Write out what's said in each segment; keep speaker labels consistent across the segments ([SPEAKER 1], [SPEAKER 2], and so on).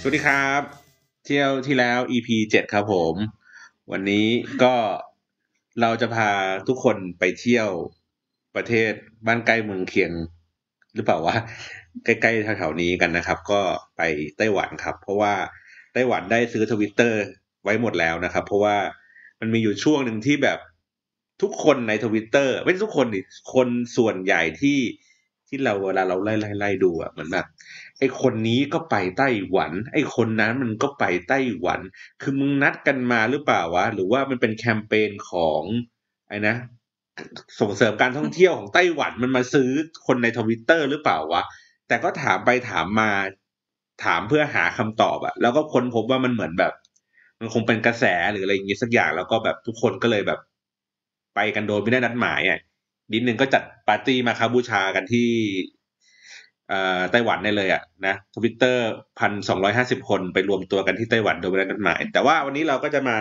[SPEAKER 1] สวัสดีครับ เที่ยวที่แล้ว EP เจ็ดครับผม วันนี้ก็เราจะพาทุกคนไปเที่ยวประเทศบ้านใกล้เมืองเคียง หรือเปล่าวะ ใกล้ๆแถวๆนี้กันนะครับ ก็ไปไต้หวันครับ เพราะว่าไต้หวันได้ซื้อทวิตเตอร์ไว้หมดแล้วนะครับ เพราะว่ามันมีอยู่ช่วงหนึ่งที่แบบทุกคนในทวิตเตอร์ไม่ใช่ทุกคนดิคนส่วนใหญ่ที่ที่เราเวลาเราไล่ไล่ไล่ดูอะเหมือนแบบ ไอคนนี้ก็ไปไต้หวัน ไอคนนั้นมันก็ไปไต้หวัน คือมึงนัดกันมาหรือเปล่าวะ หรือว่ามันเป็นแคมเปญของไอ้นะ ส่งเสริมการท่องเที่ยวของไต้หวันมันมาซื้อคนในทวิตเตอร์หรือเปล่าวะ แต่ก็ถามไปถามมา ถามเพื่อหาคำตอบอะแล้วก็ค้นพบว่ามันเหมือนแบบ มันคงเป็นกระแสหรืออะไรอย่างงี้สักอย่างแล้วก็แบบทุกคนก็เลยแบบ ไปกันโดยไม่ได้นัดหมายอะนิดนึงก็จัดปาร์ตี้มาคาบูชากันที่ เอ่อไต้หวันได้เลยอ่ะนะทวิตเตอร์พันสองร้อยห้าสิบคนไปรวมตัวกันที่ไต้หวันโดยไม่ได้นัดหมาย แต่ว่าวันนี้เราก็จะมา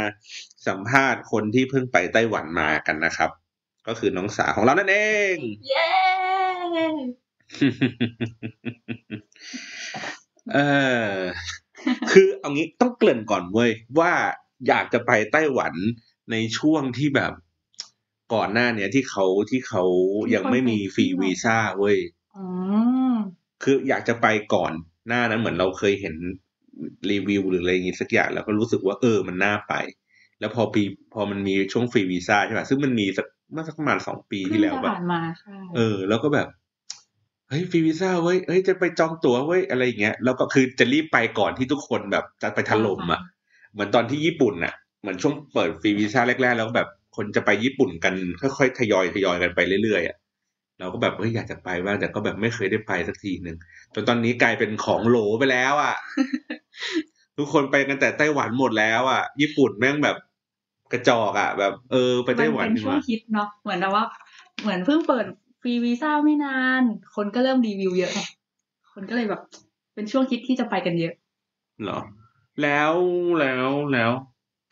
[SPEAKER 1] สัมภาษณ์คนที่เพิ่งไปไต้หวันมากันนะครับ ก็คือน้องสาวของเรานั่นเอง
[SPEAKER 2] เย้
[SPEAKER 1] เออ คือเอางี้ต้องเกริ่นก่อนเว้ยว่าอยากจะไปไต้หวันในช่วงที่แบบก่อนหน้าเนี้ยที่เขาที่เขายังไม่มีฟรีวีซ่าเว้ย
[SPEAKER 2] อืม
[SPEAKER 1] คืออยากจะไปก่อนหน้านั้นเหมือนเราเคยเห็นรีวิวหรืออะไรอย่างงี้สักอย่างแล้วก็รู้สึกว่าเออมันน่าไป แล้วพอปีพอมันมีช่วงฟรีวีซ่าใช่ป่ะซึ่งมันมีสักเมื่อสักประมาณสองปีที่แล้ว
[SPEAKER 2] เพิ่งจะ
[SPEAKER 1] แบบ
[SPEAKER 2] ผ่านมาใช่
[SPEAKER 1] เออ แล้วก็แบบ เฮ้ยฟรีวีซ่าเว้ยเฮ้ยจะไปจองตั๋วเว้ยอะไรอย่างเงี้ยแล้วก็คือจะรีบไปก่อนที่ทุกคนแบบจะไปถล่มอ่ะ เหมือนตอนที่ญี่ปุ่นน่ะ เหมือนช่วงเปิดฟรีวีซ่าแรก ๆ แล้วก็แบบคนจะไปญี่ปุ่นกันค่อยๆทยอยทยอยกันไปเรื่อยๆอ่ะเราก็แบบเฮ้ยอยากจะไปบ้างแต่ก็แบบไม่เคยได้ไปสักทีหนึ่งจนตอนนี้กลายเป็นของโหลไปแล้ว อ่ะ ทุกคนไปกันแต่ไต้หวันหมดแล้วอ่ะ ญี่ปุ่นแม่งแบบกระจอกอ่ะ แบบ เออไปไต้หวัน
[SPEAKER 2] มั
[SPEAKER 1] ดี
[SPEAKER 2] เป็น
[SPEAKER 1] ก
[SPEAKER 2] ช่วง
[SPEAKER 1] ว่า
[SPEAKER 2] ฮิตเนาะ เหมือนแบบว่า เหมือนเพิ่งเปิดฟรีวีซ่าไม่นาน คนก็เริ่มรีวิวเยอะไงคนก็เลยแบบ เป็นช่วงฮิตที่จะไปกันเยอะ
[SPEAKER 1] เหรอ แล้วแล้วแล้ว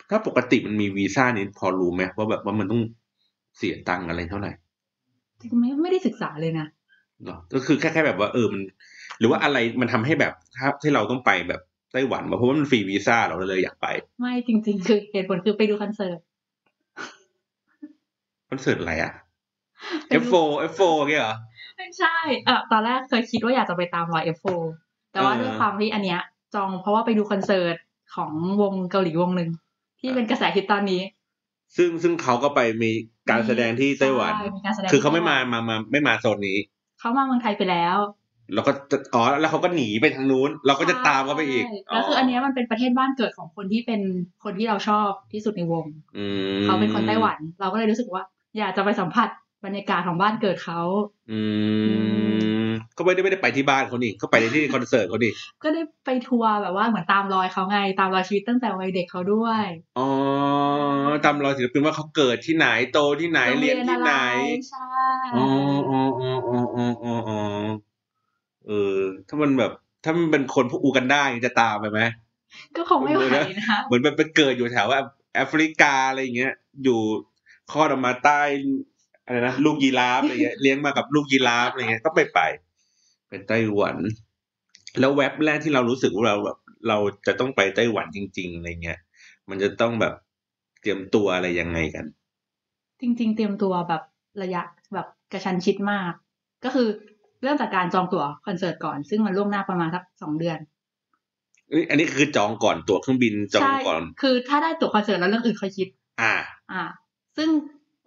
[SPEAKER 1] ถ้าปกติมันมีวีซ่านี้พอรู้ไหมว่าแบบว่ามันต้องเสียตังค์อะไรเท่าไหร่
[SPEAKER 2] แต่ไม่ไม่ได้ศึกษาเลยนะ
[SPEAKER 1] เหรอ ก็คือแค่แค่แบบว่าเออมัน หรือว่าอะไรมันทำให้แบบถ้าที่เราต้องไปแบบไต้หวันมาเพราะว่ามันฟรีวีซ่าเราเลยอยากไป
[SPEAKER 2] ไม่จริง ๆ คือเหตุผลคือไปดูคอนเสิร์ต
[SPEAKER 1] คอนเสิร์ตอะไรอะ
[SPEAKER 2] ไปดู
[SPEAKER 1] F4 F4 เงี้ยเหรอ
[SPEAKER 2] ไม่ใช่ เออตอนแรกเคยคิดว่าอยากจะไปตามรอย F4 แต่ว่า
[SPEAKER 1] เออ
[SPEAKER 2] ด้วยความที่อันเนี้ย จองเพราะว่าไปดูคอนเสิร์ตของวงเกาหลีวงหนึ่งที่
[SPEAKER 1] เออ
[SPEAKER 2] เป็นกระแสฮิตตอนนี้
[SPEAKER 1] ซึ่งซึ่งเขาก็ไปมีการแสดงที่ไต้หวัน
[SPEAKER 2] ใช่มีการแสดง
[SPEAKER 1] คือเขาไม่
[SPEAKER 2] ที่ไต้ห
[SPEAKER 1] มา
[SPEAKER 2] วัน
[SPEAKER 1] มามาไม่มาโซนนี้
[SPEAKER 2] เขามาเมืองไทยไปแล้ว
[SPEAKER 1] แล้วก็จะอ๋อแล้วเขาก็หนีไปทางนู้น เราก็จะตามเขาไปอีก
[SPEAKER 2] ใช่แล้วคืออันเนี้ยมันเป็นประเทศบ้านเกิดของคนที่เป็นคนที่เราชอบที่สุดในวง
[SPEAKER 1] อืม
[SPEAKER 2] เขาเป็นคนไต้หวัน เราก็เลยรู้สึกว่า อยากจะไปสัมผัสบรรยากาศของบ้านเกิดเขา
[SPEAKER 1] อืม
[SPEAKER 2] ม
[SPEAKER 1] ก็ไม่ได้ไม่ได้ไปที่บ้านเขานี่เขาไปที่คอนเสิร์ตเขาดิ
[SPEAKER 2] ก็ได้ไปทัวร์แบบว่าเหมือนตามรอยเขาไง ตามรอยชีวิตตั้งแต่วัยเด็กเขาด้วย
[SPEAKER 1] อ๋อตามรอยศิลปินว่าเขาเกิดที่ไหนโตที่ไหนเรียนที่ไหน
[SPEAKER 2] โรงเรียอะรใช่
[SPEAKER 1] อ๋ออ๋ออ๋ออ๋ออ๋ออ๋ออ๋อเออ ถ้ามันแบบ ถ้ามันเป็นคนพวกอูกันได้จะตามไปไหม
[SPEAKER 2] ก็คงไม่ไหวนะ
[SPEAKER 1] เหมือนแบบไปเกิดอยู่แถวแอฟริกาอะไรอย่างเงี้ย อยู่คลอดออกมาใต้อะไรนะลูกยีราฟอะไรเงี้ยเลี้ยงมากับลูกยีราฟอะไรเงี้ยก็ไปไปเป็นไต้หวัน แล้วเว็บแรกที่เรารู้สึกว่าเราแบบเราจะต้องไปไต้หวันจริง ๆอะไรเงี้ย มันจะต้องแบบเตรียมตัวอะไรยังไงกัน
[SPEAKER 2] จริง ๆ เตรียมตัวแบบระยะแบบกระชันชิดมาก ก็คือเริ่มจากการจองตั๋วคอนเสิร์ตก่อน ซึ่งมันล่วงหน้าประมาณสักสองเดือน
[SPEAKER 1] เอ้ยอันนี้คือจองก่อนตั๋วเครื่องบินจอง
[SPEAKER 2] ใช่
[SPEAKER 1] ก่อน
[SPEAKER 2] คือถ้าได้ตั๋วคอนเสิร์ตแล้วเรื่องอื่นค่อยคิด
[SPEAKER 1] อ่า
[SPEAKER 2] อ่า ซึ่ง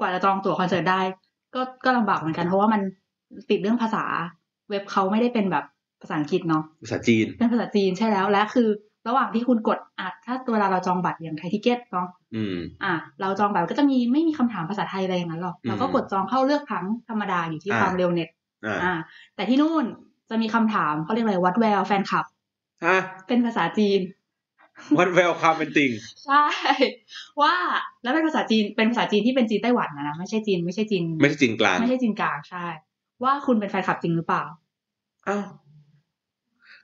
[SPEAKER 2] กว่าจะจองตั๋วคอนเสิร์ตได้ ก็ก็ลำบากเหมือนกัน เพราะว่ามันติดเรื่องภาษา เว็บเขาไม่ได้เป็นแบบภาษาอังกฤษเนาะ
[SPEAKER 1] ภาษาจีน
[SPEAKER 2] เป็นภาษาจีนใช่แล้ว และคือ ระหว่างที่คุณกดอ่ะถ้าเวลาเราจองบัตรอย่างไทยทิเก็ตเนาะ
[SPEAKER 1] อืม
[SPEAKER 2] อ่ะเราจองบัตรก็จะมีไม่มีคำถามภาษาไทยอะไรอย่างนั้นหรอก
[SPEAKER 1] อืม
[SPEAKER 2] เราก็กดจองเข้าเลือกครั้งธรรมดาอยู่ที่
[SPEAKER 1] อ่า
[SPEAKER 2] ความเร็วเน็ต
[SPEAKER 1] อ่า
[SPEAKER 2] อ่า แต่ที่นู่นจะมีคำถามเขาเรียกอะไรวัดแววแฟนคลับ
[SPEAKER 1] ฮะ
[SPEAKER 2] เป็นภาษาจีน
[SPEAKER 1] วัดแววความเป็นจริง
[SPEAKER 2] ใช่ ว่าแล้วเป็นภาษาจีนเป็นภาษาจีนที่เป็นจีนไต้หวันนะนะไม่ใช่จีนไม่ใช่จีน
[SPEAKER 1] ไม่ใช่จริงกลาง
[SPEAKER 2] ไม่ใช่จีนกลางใช่ ว่าคุณเป็นแฟนคลับจริงหรือเปล่า
[SPEAKER 1] อ้าว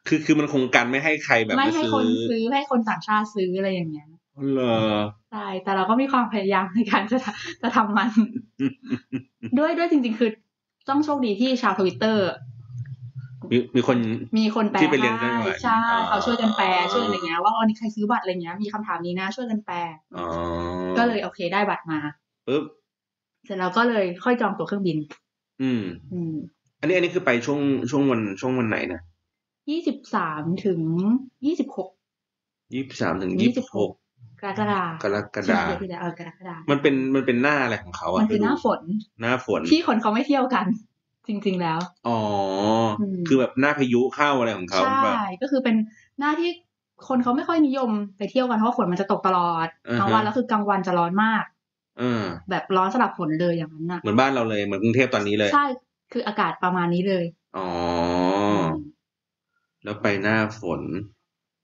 [SPEAKER 1] คือคือมันคงกันไม่ให้ใครแบบ
[SPEAKER 2] ไม่
[SPEAKER 1] มา
[SPEAKER 2] ให้
[SPEAKER 1] ซื้
[SPEAKER 2] คน
[SPEAKER 1] อ
[SPEAKER 2] ซื้อไม่ให้คนต่างชาติซื้ออะไรอย่างเงี้ย
[SPEAKER 1] เหรอ
[SPEAKER 2] ใช่แต่เราก็มีความพยายามในการ จะจะทำ มัน ด้วยด้วยจริง ๆ คือต้องโชคดีที่ชาวทวิตเตอร์
[SPEAKER 1] มีมีคน
[SPEAKER 2] มีคนแปล
[SPEAKER 1] ที่ไปเรียนไต้หวัน
[SPEAKER 2] ใช่
[SPEAKER 1] อ่า
[SPEAKER 2] เขาช่วยกันแปลช่วยอะไรเงี้ยว่าวันนี้ใครซื้อบัตรอะไรเงี้ยมีคำถามนี้นะช่วยกันแปล
[SPEAKER 1] อ๋อ
[SPEAKER 2] ก็เลยโอเคได้บัตรมา
[SPEAKER 1] ปึ๊บ
[SPEAKER 2] เสร็จแล้วก็เลยค่อยจองตั๋วเครื่องบิน
[SPEAKER 1] อืม
[SPEAKER 2] อืม
[SPEAKER 1] อันนี้อันนี้คือไปช่วงช่วงวันช่วงวันไหนนะ
[SPEAKER 2] ยี่สิบสามถึงยี่สิบหก
[SPEAKER 1] ยี่สิบสามถึงยี่สิบหก
[SPEAKER 2] 26 กรกฎาก
[SPEAKER 1] รก
[SPEAKER 2] ใช่
[SPEAKER 1] ฎาคม
[SPEAKER 2] เดือนที่แล้วเออกรกฎา
[SPEAKER 1] มันเป็นมันเป็นหน้าอะไรของเขาอ่ะ
[SPEAKER 2] มันคือหน้าฝน
[SPEAKER 1] หน้าฝน
[SPEAKER 2] ที่คนเขาไม่เที่ยวกัน จริง ๆแล้ว
[SPEAKER 1] อ๋ออ
[SPEAKER 2] ม
[SPEAKER 1] คือแบบหน้าพายุเข้าอะไรของเขา
[SPEAKER 2] ใช่
[SPEAKER 1] แบบ
[SPEAKER 2] ก็คือเป็นหน้าที่คนเขาไม่ค่อยนิยมไปเที่ยวกันเพราะว่าฝนมันจะตกตลอด
[SPEAKER 1] อ่าฮะ
[SPEAKER 2] กลางวันแล้วคือกลางวันจะร้อนมาก
[SPEAKER 1] เออ
[SPEAKER 2] แบบร้อนสลับฝนเลยอย่างนั้นน่ะ
[SPEAKER 1] เหมือนบ้านเราเลยเหมือนกรุงเทพตอนนี้เลย
[SPEAKER 2] ใช่คืออากาศประมาณนี้เลย
[SPEAKER 1] อ๋ออ
[SPEAKER 2] ม
[SPEAKER 1] แล้วไปหน้าฝน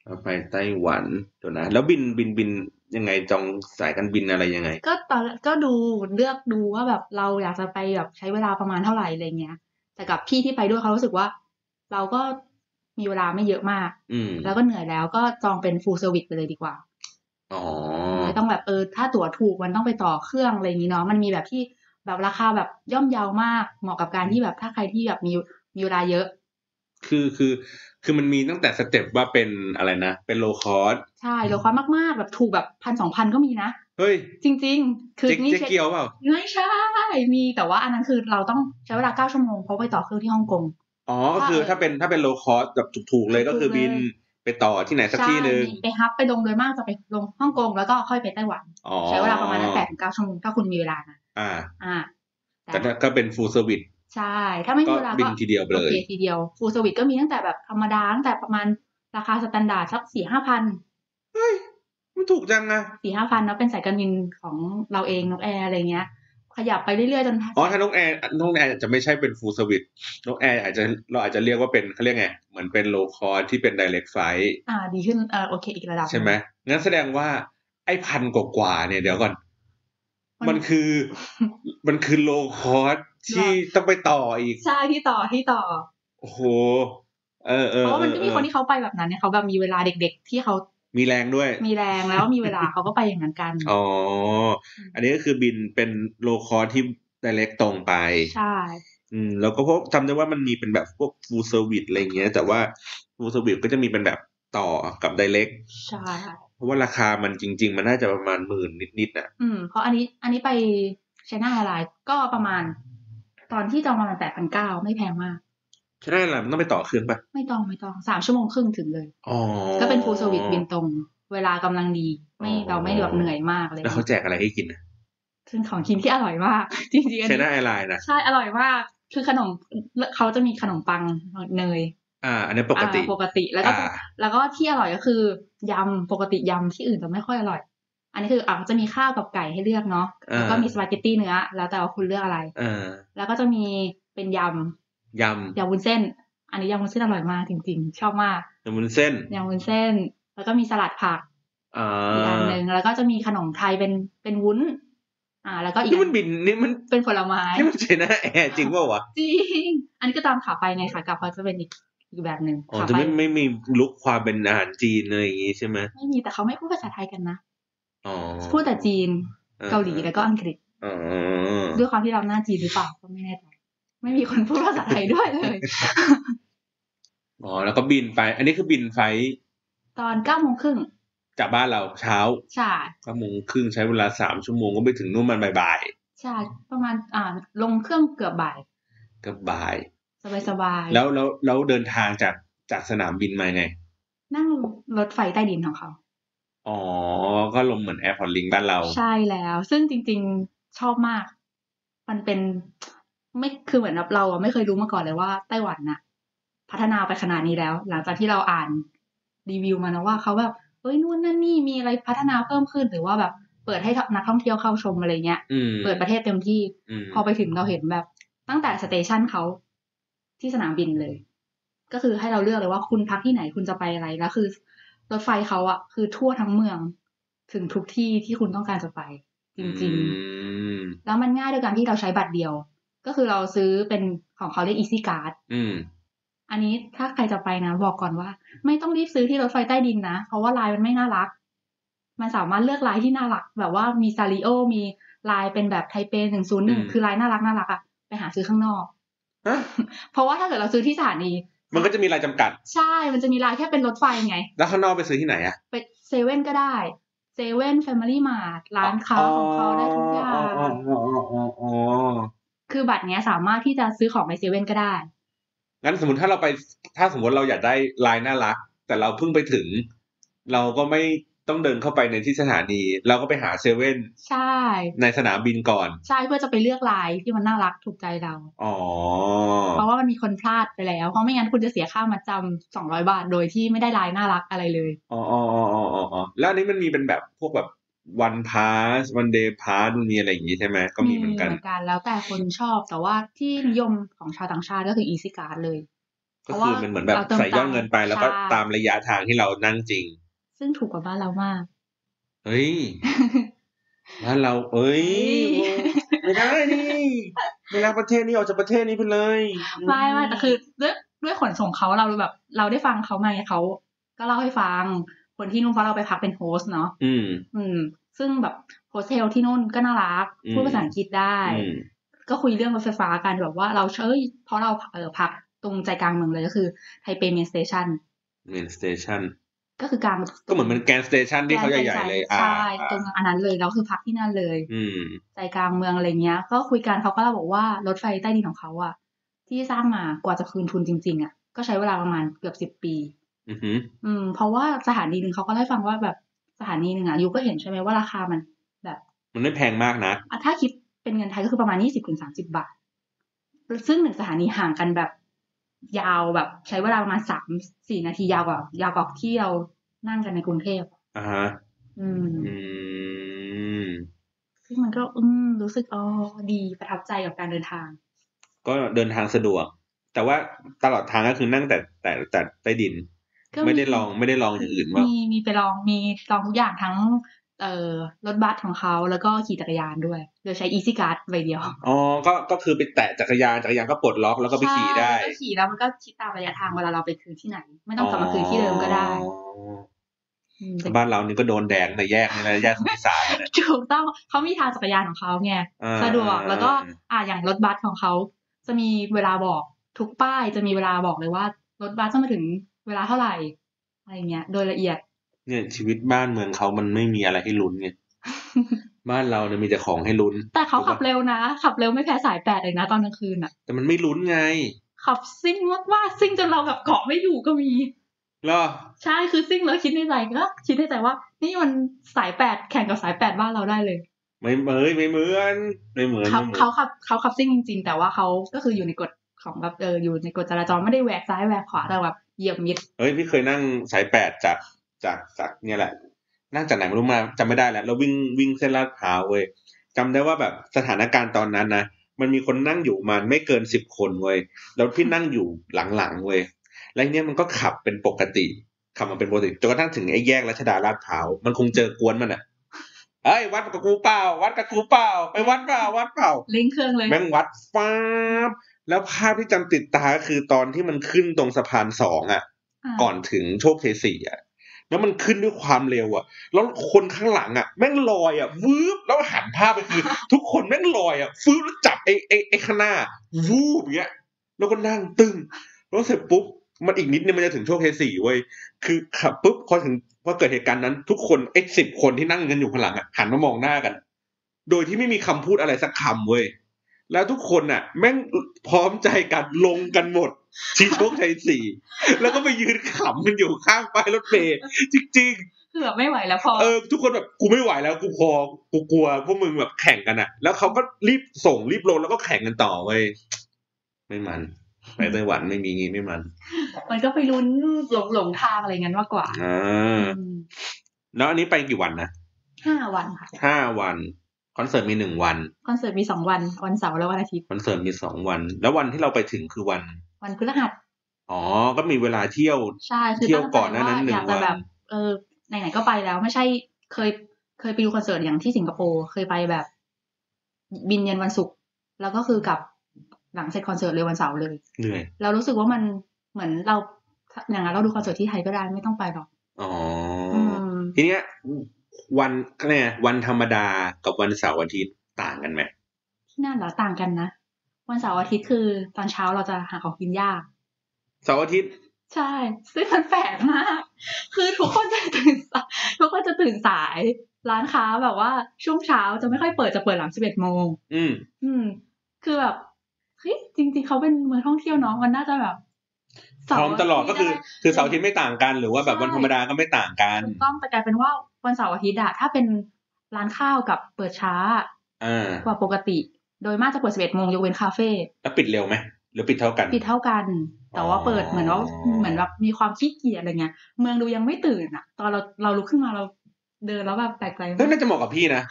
[SPEAKER 1] แล้วไปไต้หวันเดี๋ยวนะ แล้วบินบินบินยังไงจองสายการบินอะไรยังไง
[SPEAKER 2] ก็ตอนก็ดูเลือกดูว่าแบบเราอยากจะไปแบบใช้เวลาประมาณเท่าไหร่อะไรเงี้ยแต่กับพี่ที่ไปด้วยเขารู้สึกว่า เราก็มีเวลาไม่เยอะมาก
[SPEAKER 1] อืม
[SPEAKER 2] แล้วก็เหนื่อยแล้วก็จองเป็น full service ไปเลยดีกว่า
[SPEAKER 1] อ๋อ
[SPEAKER 2] ไม่ต้องแบบเออถ้าตั๋วถูกมันต้องไปต่อเครื่องอะไรอย่างนี้เนาะมันมีแบบที่แบบราคาแบบย่อมเยาวมากเหมาะกับการที่แบบถ้าใครที่แบบมีมีเวลาเยอะ
[SPEAKER 1] คือคือ คือมันมีตั้งแต่สเต็ปว่าเป็นอะไรนะเป็นโลคอส
[SPEAKER 2] ใช่ลดความมากๆ แบบถูกแบบพันสองพันก็มีนะ
[SPEAKER 1] เฮ้ย
[SPEAKER 2] จริง ๆ คือ
[SPEAKER 1] เจ๊
[SPEAKER 2] นี่
[SPEAKER 1] เจ๊
[SPEAKER 2] เช็ค
[SPEAKER 1] เกียวเปล่า
[SPEAKER 2] ไม่ใช่มีแต่ว่าอันนั้นคือเราต้องใช้เวลาเก้าชั่วโมงเพราะไปต่อเครื่องที่ฮ่องกง
[SPEAKER 1] อ๋อ ก็คือ
[SPEAKER 2] ใช่
[SPEAKER 1] ถ้าเป็นถ้าเป็นโลคอสแบบถูกๆเลยก็คือ
[SPEAKER 2] ถูกๆเลย
[SPEAKER 1] บินไปต่อที่ไหนสัก
[SPEAKER 2] ใช่
[SPEAKER 1] ที่หนึ่ง
[SPEAKER 2] ไปฮับไปลงโดยมากจะไปลงฮ่องกงแล้วก็ค่อยไปไต้หวัน
[SPEAKER 1] อ๋อ
[SPEAKER 2] ใช้เวลาประมาณนั้นแปดถึงเก้าชั่วโมงถ้าคุณมีเวลานะ
[SPEAKER 1] อ่า
[SPEAKER 2] อ่า
[SPEAKER 1] แต่ถ้าก็เป็นฟูลเซอร์วิส
[SPEAKER 2] ใช่ถ้าไม่
[SPEAKER 1] ก็
[SPEAKER 2] มีเวลา
[SPEAKER 1] บิน
[SPEAKER 2] ก็
[SPEAKER 1] ทีเดียวไปเล
[SPEAKER 2] โอย เคทีเดียวฟูลสวิตก็มีตั้งแต่แบบธรรมดาตั้งแต่ประมาณราคาสแตนดาร์ดสักสี่ห้าพัน
[SPEAKER 1] เฮ้ย มันถูกจังนะ
[SPEAKER 2] สี่ห้าพันเนาะเป็นสายการบินของเราเองนกแอร์อะไรเงี้ย ขยับไปเรื่อยๆจน
[SPEAKER 1] อ๋อ ถ้านกแอร์นกแอร์อาจจะไม่ใช่เป็นฟูลเซอร์วิสนกแอร์อาจจะเราอาจจะเรียกว่าเป็นเขาเรียกไง เหมือนเป็นโลคอสที่เป็น direct flight
[SPEAKER 2] อ่าดีขึ้นเออโอเคอีกระดับนึ่ง
[SPEAKER 1] ใช่ไหมงั้นแสดงว่าไอ้พันกว่าๆเนี่ยเดี๋ยวก่อน มันคือ มันคือโลคอสที่ต้องไปต่ออีก
[SPEAKER 2] ใช่ที่ต่อที่ต่อ
[SPEAKER 1] โอ้โห เออเออ
[SPEAKER 2] เพราะว่ามันก็มี
[SPEAKER 1] เออ
[SPEAKER 2] คนที่เขาไปแบบนั้นเนี่ยเขาแบบมีเวลาเด็กๆ ที่เขา
[SPEAKER 1] มีแรงด้วย
[SPEAKER 2] มีแรงแล้วมีเวลา เขาก็ไปอย่างนั้นกัน
[SPEAKER 1] อ๋อ อันนี้ก็คือบินเป็นโลคอที่ direct ตรงไป
[SPEAKER 2] ใช่
[SPEAKER 1] อืม แล้วก็พวกจำได้ว่ามันมีเป็นแบบพวก full service อะไรอย่างเงี้ย แต่ว่า full service ก็จะมีเป็นแบบต่อกับ direct
[SPEAKER 2] ใช่
[SPEAKER 1] เพราะว่าราคามันจริง ๆ มันน่าจะประมาณหมื่นนิดๆนะ
[SPEAKER 2] อืม เพราะอันนี้อันนี้ไปชน่าอะไรก็ประมาณ ตอนที่จองประมาณแปดพันเก้าไม่แพงมาก
[SPEAKER 1] ใช่ไหมล่ะมันต้องไปต่อเครื่องปะ
[SPEAKER 2] ไม่ต้องไม่ต้องสามชั่วโมงครึ่งถึงเลย
[SPEAKER 1] อ๋อ
[SPEAKER 2] ก็เป็นฟูลสวิตบินตรง เวลากำลังดีไม่เราไม่แบบเหนื่อยมากเลย
[SPEAKER 1] แล้วเขาแจกอะไรให้กินนะ
[SPEAKER 2] ซึ่งของกินที่อร่อยมาก จริงๆอัน
[SPEAKER 1] ใช่หน้า
[SPEAKER 2] นี้
[SPEAKER 1] แอร์ไลน์นะ
[SPEAKER 2] ใช่อร่อยมากคือขนมเขาจะมีขนมปังเนย
[SPEAKER 1] อ่า อันนี้ปกติ
[SPEAKER 2] อ่าปกติแล้วก็
[SPEAKER 1] อ่า
[SPEAKER 2] แล้วก็ที่อร่อยก็คือยำปกติยำที่อื่นจะไม่ค่อยอร่อย อันนี้คืออ่าจะมีข้าวกับไก่ให้เลือกเนาะแล้วก็มีสปาเกตตี้เนื้อ แล้วแต่ว่าคุณเลือกอะไร
[SPEAKER 1] เออ
[SPEAKER 2] แล้วก็จะมีเป็นย
[SPEAKER 1] ย
[SPEAKER 2] ำยำวุ้นเส้น อันนี้ยำวุ้นเส้นอร่อยมากจริง ๆ ชอบมา
[SPEAKER 1] ำ
[SPEAKER 2] ก
[SPEAKER 1] ยำวุ้นเส้น
[SPEAKER 2] ยำวุ้นเส้น แล้วก็มีสลัดผัก
[SPEAKER 1] อ่า
[SPEAKER 2] อีกอันหนึ่งแล้วก็จะมีขนมไทยเป็นเป็นวุ้น อ่า แล้วก็อีก
[SPEAKER 1] นี่
[SPEAKER 2] อั
[SPEAKER 1] มันบินนี่มัน
[SPEAKER 2] เป็นผลไม้
[SPEAKER 1] นี่มันใช่หน้าแอร์จริงเปล่าวะ
[SPEAKER 2] จริง อันนี้ก็ตามขาไปไงขากลับเขาจะเป็นอีกอีกแบบหนึ่ง
[SPEAKER 1] อ๋อ
[SPEAKER 2] ขา
[SPEAKER 1] จะ
[SPEAKER 2] ไป
[SPEAKER 1] ไม่ไม่มีลุกความเป็นอาหารจีนอะไรอย่างงี้ใช่ไหม
[SPEAKER 2] ไม่มีแต่เขาไม่พูดภาษาไทยกันนะ
[SPEAKER 1] อ๋อ
[SPEAKER 2] พูดแต่จีน
[SPEAKER 1] ออ
[SPEAKER 2] เกาหลีแล้วก็อังกฤษ
[SPEAKER 1] อ๋อ
[SPEAKER 2] ด้วยความที่เราหน้าจีนหรือเปล่าก็ไม่แน่ใจไม่มีคนพูดภาษาไทย ด้วยเลย
[SPEAKER 1] อ๋อแล้วก็บินไป อันนี้คือบินไฟล์
[SPEAKER 2] ตอนเก้าโมงครึ่ง
[SPEAKER 1] จากบ้านเราเช้า
[SPEAKER 2] ใช่
[SPEAKER 1] เก้าโมงครึ่งใช้เวลาสามชั่วโมงก็ไปถึงนู่นมันบ่าย
[SPEAKER 2] ใช่ประมาณอ่า ลงเครื่องเกือบบ่าย
[SPEAKER 1] ๆเกับบ่าย
[SPEAKER 2] สบายสบายๆ
[SPEAKER 1] แล้วแล้วแล้วเดินทางจากจากสนามบินมาไง
[SPEAKER 2] นั่งรถไฟใต้ดินของเขา
[SPEAKER 1] อ๋อ ก็ลงเหมือนแอร์พอร์ตลิงบ้านเรา
[SPEAKER 2] ใช่แล้ว ซึ่งจริงๆชอบมาก มันเป็นไม่คือเหมือนแบบเราอะไม่เคยรู้มาก่อนเลยว่าไต้หวันน่ะ พัฒนาไปขนาดนี้แล้ว หลังจากที่เราอ่านรีวิวมานะว่าเขาแบบเอ้ยนู่นนั่นนี่มีอะไรพัฒนาเพิ่มขึ้นหรือว่าแบบ เปิดให้นักท่องเที่ยวเข้าชมอะไรเงี้ย
[SPEAKER 1] อืม
[SPEAKER 2] เปิดประเทศเต็มที่
[SPEAKER 1] อืม
[SPEAKER 2] พอไปถึงเราเห็นแบบ ตั้งแต่สเตชันเขา ที่สนามบินเลย ก็คือให้เราเลือกเลยว่าคุณพักที่ไหนคุณจะไปอะไรแล้วคือ รถไฟเขาอะคือทั่วทั้งเมืองถึงทุกที่ที่คุณต้องการจะไป จริง
[SPEAKER 1] อืม
[SPEAKER 2] ๆ แล้วมันง่ายด้วยการที่เราใช้บัตรเดียว ก็คือเราซื้อเป็นของเขาเรียก easy card
[SPEAKER 1] อืม
[SPEAKER 2] อันนี้ถ้าใครจะไปนะบอกก่อนว่า ไม่ต้องรีบซื้อที่รถไฟใต้ดินนะ เพราะว่าลายมันไม่น่ารัก มันสามารถเลือกลายที่น่ารัก แบบว่ามีซาริโอมีลายเป็นแบบไทเปหนึ่งศูนย์หนึ่งคือลายน่ารักน่ารักอะไปหาซื้อข้างนอก
[SPEAKER 1] ฮะ
[SPEAKER 2] เพราะว่าถ้าเกิดเราซื้อที่สถานี
[SPEAKER 1] มันก็จะมีรายจำกัด
[SPEAKER 2] ใช่ มันจะมีลายแค่เป็นรถไฟไง
[SPEAKER 1] แล้วข้างนอกไปซื้อที่ไหนอะ
[SPEAKER 2] ไปเซเว่นก็ได้เซเว่นแฟมิลี่มาร์ทร้านค้าของเขาได้ทุกอย่าง
[SPEAKER 1] อ๋ออ๋ออ๋ออ๋ออ๋อ
[SPEAKER 2] คือบัตรเนี้ยสามารถที่จะซื้อของในเซเว่นก็ได้
[SPEAKER 1] งั้นสมมติถ้าเราไป ถ้าสมมติเราอยากได้ลายน่ารัก แต่เราเพิ่งไปถึง เราก็ไม่ต้องเดินเข้าไปในที่สถานี เราก็ไปหาเซเว่น
[SPEAKER 2] ใช่
[SPEAKER 1] ในสนามบินก่อน
[SPEAKER 2] ใช่เพื่อจะไปเลือกลายที่มันน่ารักถูกใจเรา
[SPEAKER 1] อ๋อ
[SPEAKER 2] เพราะว่ามันมีคนพลาดไปแล้ว เพราะไม่งั้นคุณจะเสียค่ามาจำสองร้อยบาท โดยที่ไม่ได้ลายน่ารักอะไรเลย
[SPEAKER 1] อ๋ออ๋ออ๋ออ๋ออ๋อแล้วอันนี้มันมีเป็นแบบพวกแบบวันพาสวันเดย์พาสนู่นนี่อะไรอย่างงี้ใช่ไหมก็มีเหมือนกัน
[SPEAKER 2] เหมือนกัน แล้วแต่คนชอบ แต่ว่าที่นิยมของชาวต่างชาติก็คือ easy card เลย เพ
[SPEAKER 1] ก็
[SPEAKER 2] ราะว่า
[SPEAKER 1] คือมันเหมือนแบบ
[SPEAKER 2] เราเติม
[SPEAKER 1] ใส่ยอดเงินไป
[SPEAKER 2] ตังค์
[SPEAKER 1] แล้วก็
[SPEAKER 2] ใช่
[SPEAKER 1] ตามระยะทางที่เรานั่งจริง
[SPEAKER 2] ซึ่งถูกกว่าบ้านเรามาก
[SPEAKER 1] เฮ้ย แล้วเรา เอ้ย
[SPEAKER 2] เฮ้ย
[SPEAKER 1] ไม่ได้นี่ไม่รักประเทศนี้ออกจากประเทศนี้ไปเลย
[SPEAKER 2] ไม่ไม่แต่คือด้วยด้วยขนส่งเขาเราแบบ เราได้ฟังเขามาไงเขาก็เล่าให้ฟัง คนที่นู่นเพราะเราไปพักเป็นโฮสต์เนาะ
[SPEAKER 1] อืม
[SPEAKER 2] อืม ซึ่งแบบโฮสเทลที่นู่นก็น่ารัก
[SPEAKER 1] อืม
[SPEAKER 2] พูดภาษาอังกฤษได้
[SPEAKER 1] อืม
[SPEAKER 2] ก็คุยเรื่องรถไฟฟ้ากันแบบว่าเราเชยเพราะเราเออพักตรงใจกลางเมืองเลยก็คือไทเปเมนสเตชัน
[SPEAKER 1] main station
[SPEAKER 2] ก็คือกลาง
[SPEAKER 1] ก็เหมือนมันแกนสเตชันที่เขาใหญ่ๆเลย อ่า
[SPEAKER 2] ใช่ตรงอันนั้นเลยเราคือพักที่นั่นเลย
[SPEAKER 1] อืม
[SPEAKER 2] ใจกลางเมืองอะไรเงี้ย ก็คุยกันเขาก็เล่าบอกว่ารถไฟใต้ดินของเขาอะที่สร้างมากว่าจะคืนทุนจริงๆอะก็ใช้เวลาประมาณเกือบสิบ10 ปี
[SPEAKER 1] อือหือ
[SPEAKER 2] อืม เพราะว่าสถานีหนึ่งเขาก็เล่าให้ฟังว่าแบบสถานีหนึ่งอะยูก็เห็นใช่ไหมว่าราคามันแบบ
[SPEAKER 1] มันไม่แพงมากนะ
[SPEAKER 2] อ่ะถ้าคิดเป็นเงินไทยก็คือประมาณยี่สิบถึงสามสิบาท ซึ่งหนึ่งสถานีห่างกันแบบ ยาวแบบใช้เวลาประมาณสามสี่นาทียาวกว่ายาวกว่าที่เรานั่งกันในกรุงเทพ
[SPEAKER 1] อ่าฮะ
[SPEAKER 2] อืม
[SPEAKER 1] อืม
[SPEAKER 2] ซึ่งมันก็อืมรู้สึกอ๋อดีประทับใจกับการเดินทาง
[SPEAKER 1] ก็เดินทางสะดวก แต่ว่าตลอดทางก็คือนั่งแต่แต่แต่ใต้ดิน
[SPEAKER 2] ก็มี
[SPEAKER 1] ไม่ได้ลองไม่ได้ลองอย่างอื่นว่า
[SPEAKER 2] มีมีไปลองมีลองทุกอย่างทั้ง เอ่อรถบัสของเขาแล้วก็ขี่จักรยานด้วย โดยใช้ easy card ใบเดียว
[SPEAKER 1] อ๋อ ก็ ก็คือไปแตะจักรยาน จักรยานก็ปลดล็อกแล้วก็ไปขี่ได้
[SPEAKER 2] ใช่ก็ขี่แล้วมันก็คิดตามระยะทางเวลาเราไปคืนที่ไหน ไม่ต้องกลับมาคืนที่เดิมก็ได้อืม
[SPEAKER 1] อ๋อบ้านเรานี่ก็โดนแดงในแยกนี่แหละแยกสุนิสานเนี่ย
[SPEAKER 2] ถูกต้องเขามีทางจักรยานของเขาไง
[SPEAKER 1] อ่า
[SPEAKER 2] สะดวก
[SPEAKER 1] อ่า
[SPEAKER 2] แล้วก็อ่าอย่างรถบัสของเขา จะมีเวลาบอกทุกป้ายจะมีเวลาบอกเลยว่ารถบัสจะมาถึงเวลาเท่าไหร่อะไรเงี้ยโดยละเอียด
[SPEAKER 1] เนี่ยชีวิตบ้านเมืองเขามันไม่มีอะไรให้ลุ้นไง บ้านเราเนี่ยมีแต่ของให้ลุ้น
[SPEAKER 2] แต่เขา
[SPEAKER 1] ถูกปะ
[SPEAKER 2] ขับเร็วนะ ขับเร็วไม่แพ้สายแปดเลยนะตอนกลางคืนอ่ะ
[SPEAKER 1] แต่มันไม่ลุ้นไง
[SPEAKER 2] ขับซิ่งมากๆซิ่งจนเราแบบเกาะไม่อยู่ก็มี
[SPEAKER 1] เหรอ
[SPEAKER 2] ใช่คือซิ่งแล้วคิดในใจก็คิดในใจว่า นี่มันสายแปดแข่งกับสายแปดบ้านเราได้เลย
[SPEAKER 1] ไม่เหมือนไม่เหมือนไม่เหมือน
[SPEAKER 2] เขา
[SPEAKER 1] ไม่เหมือน
[SPEAKER 2] เขาขับเขาขับซิ่งจริงๆ แต่ว่าเขาก็คืออยู่ในกฎของแบบเอออยู่ในกฎจราจรไม่ได้แหวกซ้ายแหวกขวาแต่แบบเหยียบมิด
[SPEAKER 1] เฮ้ยพี่เคยนั่งสายแปดจากจากจากเนี่ยแหละ นั่งจากไหนไม่รู้มาจำไม่ได้แล้วแล้ววิ่งวิ่งเส้นลาดพร้าวเว้ยจำได้ว่าแบบสถานการณ์ตอนนั้นนะมันมีคนนั่งอยู่ประมันไม่เกินสิบคนเว้ยแล้วพี่นั่งอยู่หลังๆเว้ยแล้วทีเนี้ยมันก็ขับเป็นปกติ ขับมาเป็นปกติจนกระทั่งถึงไอ้แยกรัชดาลาดพร้าวมันคงเจอกวนมันอะเอ้ยวัดกับกูเปล่า วัดกับกูเปล่า ไปวัดเปล่าวัดเปล่า
[SPEAKER 2] เล่งเครื่องเลย
[SPEAKER 1] แม่งวัดฟ้าบแล้วภาพที่จำติดตาคือตอนที่มันขึ้นตรงสะพานสองอ่ะ
[SPEAKER 2] า
[SPEAKER 1] ก่อนถึงโชคชัยสี่อ่ะ แล้วมันขึ้นด้วยความเร็วอ่ะ แล้วคนข้างหลังอ่ะ แม่งลอยอ่ะวืบแล้วหันภาพไปคือ ทุกคนแม่งลอยอ่ะฟืบแล้วจับไอ้ไอ้ไอ้ข้างหน้าวูบอย่างเงี้ย แล้วก็นั่งตึงแล้วเสร็จปุ๊บ มันอีกนิดนึงมันจะถึงโชคชัยสี่เว้ย คือขับปุ๊บพอถึงพอเกิดเหตุการณ์นั้น ทุกคนไอ้สิบคนที่นั่งกันอยู่ข้างหลังอ่ะหันมามองหน้ากัน โดยที่ไม่มีคำพูดอะไรสักคำเว้ย แล้วทุกคนอ่ะ แม่งพร้อมใจกันลงกันหมดที่โชคชัยสี่ แล้วก็ไปยืนขำมันอยู่ข้างป้ายรถเมล์จริง
[SPEAKER 2] เกือบไม่ไหวแล้วพอ
[SPEAKER 1] ๆ เออ ทุกคนแบบกูไม่ไหวแล้วกูพอกูกลัวพวกมึงแบบแข่งกันอ่ะ แล้วเขาก็รีบส่งรีบลงแล้วก็แข่งกันต่อเว้ยไม่มันไปไต้หวันไม่มีงี้ไม่มัน
[SPEAKER 2] มันก็ไปลุ้นหลงหลงทางอะไรงั้นมากกว่า
[SPEAKER 1] อ่า
[SPEAKER 2] อืม
[SPEAKER 1] แล้วอันนี้ไปกี่วันนะ
[SPEAKER 2] ห้าวันค่ะ
[SPEAKER 1] ห้าวันคอนเสิร์ตมีหนึ่งวัน
[SPEAKER 2] คอนเสิร์ตมีสองวันวันเสาร์และวันอาทิตย์
[SPEAKER 1] คอนเสิร์ตมีสองวัน แล้ววันที่เราไปถึงคือวัน
[SPEAKER 2] วันพฤหัส
[SPEAKER 1] อ๋อ ก็มีเวลาเที่ยว
[SPEAKER 2] ใช่คือ
[SPEAKER 1] เที่ยว
[SPEAKER 2] ตั้งใจ
[SPEAKER 1] ก่อนหน้านั้น
[SPEAKER 2] ว่า
[SPEAKER 1] หนึ่ง
[SPEAKER 2] อยากจะ
[SPEAKER 1] วัน
[SPEAKER 2] แบบเออไหนๆก็ไปแล้วไม่ใช่เคยเคยไปดูคอนเสิร์ตอย่างที่สิงคโปร์เคยไปแบบ บินเย็นวันศุกร์แล้วก็คือกลับหลังเสร็จคอนเสิร์ตเลยวันเสาร์เลย
[SPEAKER 1] เหนื่อย
[SPEAKER 2] เรารู้สึกว่ามันเหมือนเราอย่างนั้นเราดูคอนเสิร์ตที่ไทยก็ได้ไม่ต้องไปหรอก
[SPEAKER 1] อ๋ออ
[SPEAKER 2] อืม
[SPEAKER 1] ทีเนี้ย วันเนี่ยวันธรรมดากับวันเสาร์อาทิตย์ต่างกันไหม
[SPEAKER 2] ที่นั่นเหรอต่างกันนะ วันเสาร์อาทิตย์คือตอนเช้าเราจะหาของกินยาก
[SPEAKER 1] เสาร์อาทิตย์
[SPEAKER 2] ใช่ซึ่งมันแปลกมาก คือทุกคนจะตื่นสายทุกคนจะตื่นสาย ร้านค้าแบบว่าช่วงเช้าจะไม่ค่อยเปิดจะเปิดหลังสิบเอ็ดโมง
[SPEAKER 1] อืม
[SPEAKER 2] อืม คือแบบเฮ้ยจริง ๆเขาเป็นเมืองท่องเที่ยวเนาะมันน่าจะแบบ
[SPEAKER 1] พร้อมตลอดก็คือ
[SPEAKER 2] ได้
[SPEAKER 1] คือเสาร์อาทิตย์ไม่ต่างกัน หรือว่าแบบ
[SPEAKER 2] ใช่
[SPEAKER 1] วันธรรมดาก็ไม่ต่างกัน
[SPEAKER 2] ถูกต้องแต่กลายเป็นว่าวันเสาร์อาทิตย์อะถ้าเป็นร้านข้าวกับเปิดช้า
[SPEAKER 1] อ่า
[SPEAKER 2] กว่าปกติ โดยมากจะเปิดสิบเอ็ดโมงยกเว้นคาเฟ่
[SPEAKER 1] แล้วปิดเร็วไหมหรือปิดเท่ากัน
[SPEAKER 2] ปิดเท่ากัน แต่ว่าเปิดเหมือนว่า
[SPEAKER 1] อ๋อ
[SPEAKER 2] เหมือนแบบมีความขี้เกียจอะไรเงี้ย เมืองดูยังไม่ตื่นอ่ะ ตอนเราเราลุกขึ้นมาเราเดินแล้วแบบแปลกใจ
[SPEAKER 1] เฮ้ยน่าจะเหมาะกับพี่นะ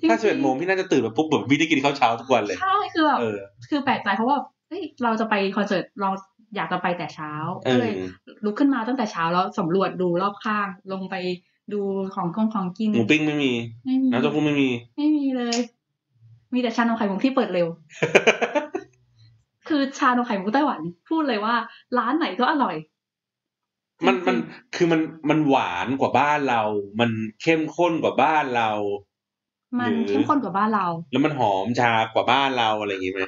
[SPEAKER 2] จริงๆ
[SPEAKER 1] ถ้าสิบเอ็ดโมงพี่น่าจะตื่นแบบปุ๊บแบบพี่ได้กินข้าวเช้าทุกวันเลย
[SPEAKER 2] ใช่คือแบบ
[SPEAKER 1] เออ
[SPEAKER 2] คือแปลกใจเพราะว่าเฮ้ยเราจะไปคอนเสิร์ตเราอยากจะไปแต่เช้า
[SPEAKER 1] เอ
[SPEAKER 2] ก็
[SPEAKER 1] อ
[SPEAKER 2] เลยลุกขึ้นมาตั้งแต่เช้าแล้วสำรวจดูรอบข้าง ลงไปดูของกงของกิน
[SPEAKER 1] หมูปิ้งไม่มี
[SPEAKER 2] ไม่มี
[SPEAKER 1] น้ำเต้าหู้ไม่มี
[SPEAKER 2] ไม่มีเลย มีแต่ชานมไข่มุกที่เปิดเร็ว คือชานมไข่มุกไต้หวัน พูดเลยว่า ร้านไหนก็อร่อย
[SPEAKER 1] มัน
[SPEAKER 2] จริงๆ
[SPEAKER 1] มันคือมันมันหวานกว่าบ้านเรา มันเข้มข้นกว่าบ้านเรา
[SPEAKER 2] มัน
[SPEAKER 1] หรือ
[SPEAKER 2] เข้มข้นกว่าบ้านเรา
[SPEAKER 1] แล้วมันหอมชากว่าบ้านเราอะไรอย่างงี้ไหม